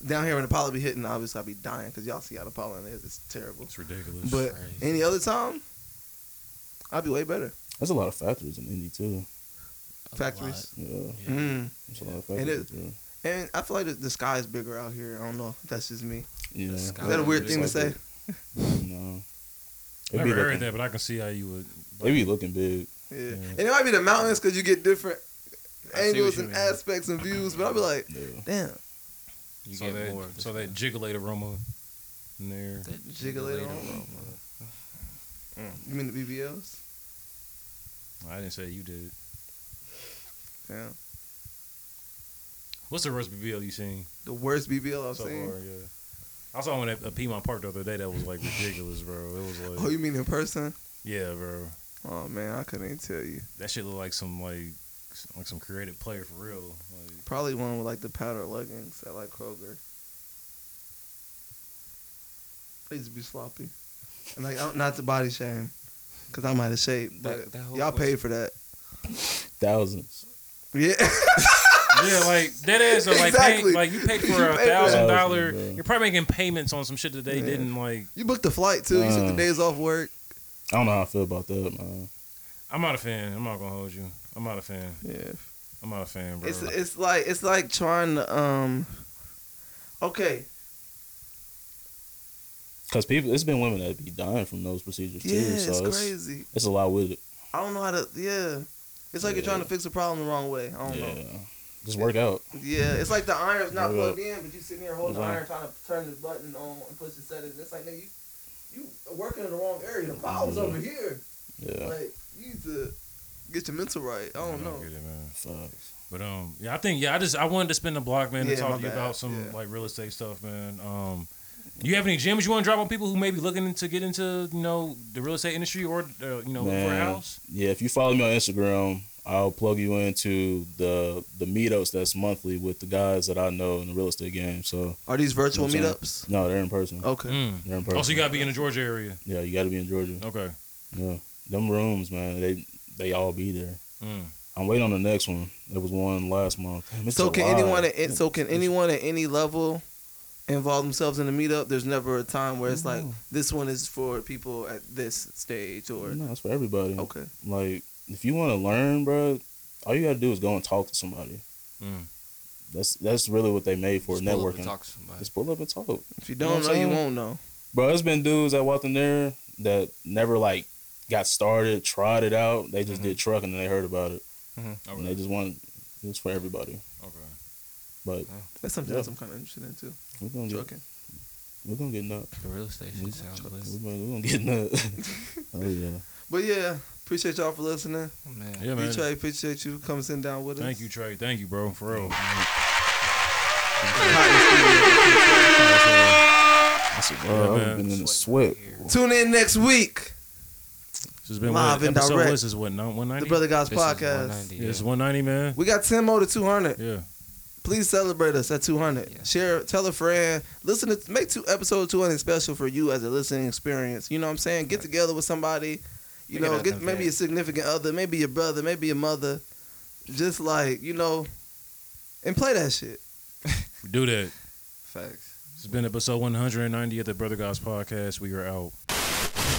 S3: Down here, when the pollen be hitting, obviously I'll be dying, because y'all see how the pollen is. It's terrible.
S2: It's ridiculous.
S3: But any other time, I'll be way better.
S5: There's a lot of factories in Indy too.
S4: A
S3: Factories.
S5: Yeah,
S4: lot. Yeah.
S3: Mm.
S5: there's a lot of
S3: And
S5: factories.
S3: it-
S5: too.
S3: And I feel like the, the sky is bigger out here. I don't know. if That's just me.
S5: Yeah.
S4: Is that
S3: Is that a weird
S5: It's
S3: thing to
S5: like
S3: say?
S5: it- No.
S2: I
S5: It'd
S2: never
S5: be
S2: heard
S5: looking,
S2: that, but I can see how you would.
S5: it be looking big.
S3: Yeah.
S2: Yeah.
S3: And it might be the mountains because you get different
S4: I see
S3: angles
S4: what you
S3: and
S4: mean.
S3: aspects and views, but I'll be like,
S5: Yeah.
S3: damn.
S4: You
S2: saw
S4: get
S2: that,
S4: more.
S2: saw that jigolate aroma in there.
S4: That
S3: Jiggle it Mm.
S4: jiggle
S3: on. You mean the BBLs?
S2: I didn't say you did.
S3: Yeah.
S2: What's the worst BBL you seen
S3: The worst BBL I've
S2: so
S3: seen.
S2: far? Yeah. I saw one at, at Piedmont Park the other day that was like ridiculous, bro. It was like,
S3: Oh, you mean in person?
S2: yeah, bro.
S3: Oh man, I couldn't even tell you.
S2: That shit looked like some like s- like some creative player for real. Like,
S3: Probably one with like the powder leggings at like Kroger. They used to be sloppy, and like I'm, not to body shame, cause I'm out of shape. But
S4: That- that whole
S3: y'all
S4: question-
S3: paid for that.
S5: Thousands.
S3: Yeah,
S2: Yeah, like that is a, like
S3: Exactly.
S2: pay, like you paid
S3: You
S2: for a
S3: paid for
S2: thousand
S5: that.
S2: dollar.
S5: Thousand, bro.
S2: You're probably making payments on some shit that they
S3: Yeah.
S2: didn't like.
S3: you booked the flight too. You took the
S5: Mm.
S3: days off work.
S5: I don't know how I feel about that, man.
S2: I'm not a fan. I'm not gonna hold you. I'm not a fan.
S3: Yeah,
S2: I'm not a fan, bro.
S3: it's it's like it's like trying to um. Okay,
S5: Because people, it's been women that be dying from those procedures
S3: yeah,
S5: too. So
S3: it's
S5: it's it's,
S3: crazy.
S5: a lot with it.
S3: I don't know how to. Yeah, it's like you're
S5: Yeah.
S3: trying to fix a problem the wrong way. I don't
S5: Yeah,
S3: know.
S5: just work out.
S3: Yeah, it's like the iron's not
S5: Hold
S3: plugged
S5: up.
S3: in, but you sitting there holding the
S5: Hold on.
S3: iron, trying to turn the button on and push the settings. It's like, nigga, you you working in the wrong area. The power's
S5: Yeah.
S3: over here.
S5: Yeah,
S3: Like you need to get your mental right. I
S2: I
S3: don't know.
S2: get it, man.
S5: fuck.
S2: But um, yeah, I think yeah, I just I wanted to spend the block, man, to
S3: Yeah, my
S2: talk to you
S3: bad.
S2: about some
S3: Yeah.
S2: like real estate stuff, man. Um, do you have any gems you want to drop on people who may be looking to get into you know the real estate industry or uh, you know look for a
S5: Man.
S2: house?
S5: Yeah, if you follow me on Instagram, I'll plug you into the the meetups that's monthly with the guys that I know in the real estate game. So
S3: Are these virtual
S5: You know what I'm
S3: meetups?
S5: no, they're in person.
S3: Okay.
S2: Mm.
S5: They're in person.
S2: Oh, so you gotta be Oh. in the Georgia area.
S5: yeah, you got to be in Georgia.
S2: Okay.
S5: Yeah, them rooms, man. They they all be there.
S2: Mm.
S5: I'm waiting on the next one. There was one last month. Damn, it's
S3: So can
S5: July.
S3: anyone at an- so can anyone at any level involve themselves in a meetup? There's never a time where it's like
S5: No.
S3: this one is for people at this stage or
S5: No, it's for everybody.
S3: okay.
S5: Like, if you want to learn, bro, all you gotta do is go and talk to somebody.
S2: Mm.
S5: That's that's really what they made for
S4: Just pull up and
S5: networking.
S4: Talk to somebody.
S5: Just pull up and talk,
S3: If you
S5: know what
S3: don't know,
S5: I'm
S3: you
S5: saying?
S3: won't know.
S5: bro. There's been dudes that walked in there that never like got started, tried it out. They just did truck and then they heard about it, and they
S2: Okay.
S5: just want it's for everybody.
S2: okay.
S5: But
S3: That's something
S5: Yeah.
S3: else I'm kind of interested in too.
S5: we're gonna get
S3: Joking.
S5: we're gonna get nut.
S4: The real estate
S5: We're
S4: shit sounds lit.
S5: gonna, we're gonna get nut. oh yeah.
S3: But yeah, appreciate y'all for listening.
S4: Oh, man.
S2: Yeah, man.
S3: We try to appreciate you coming sitting down with us.
S2: Thank you, Trey. Thank you, bro. For real.
S5: That's it,
S2: Yeah,
S5: bro.
S2: man.
S5: I've been in the sweat.
S3: Tune in next week.
S2: This has been
S3: Live
S2: what,
S3: and
S2: episode
S3: direct.
S2: was this what one
S3: The
S2: ninety?
S3: Brother Guys
S4: This is
S3: podcast.
S4: 190,
S2: Yeah,
S4: yeah.
S2: it's one ninety, man.
S3: We got 10 more to 200.
S2: Yeah,
S3: Please celebrate us at 200.
S4: Yeah.
S3: Share, tell a friend. Listen to make two episode 200 special for you as a listening experience. You know what I'm saying? Get together with somebody. You
S4: Make it
S3: know,
S4: an
S3: get maybe
S4: event.
S3: a significant other, maybe your brother, maybe your mother. Just like, you know, and play that shit.
S2: do that.
S4: Facts.
S2: This has been episode one hundred and ninety of the Brother Guys podcast. We are out.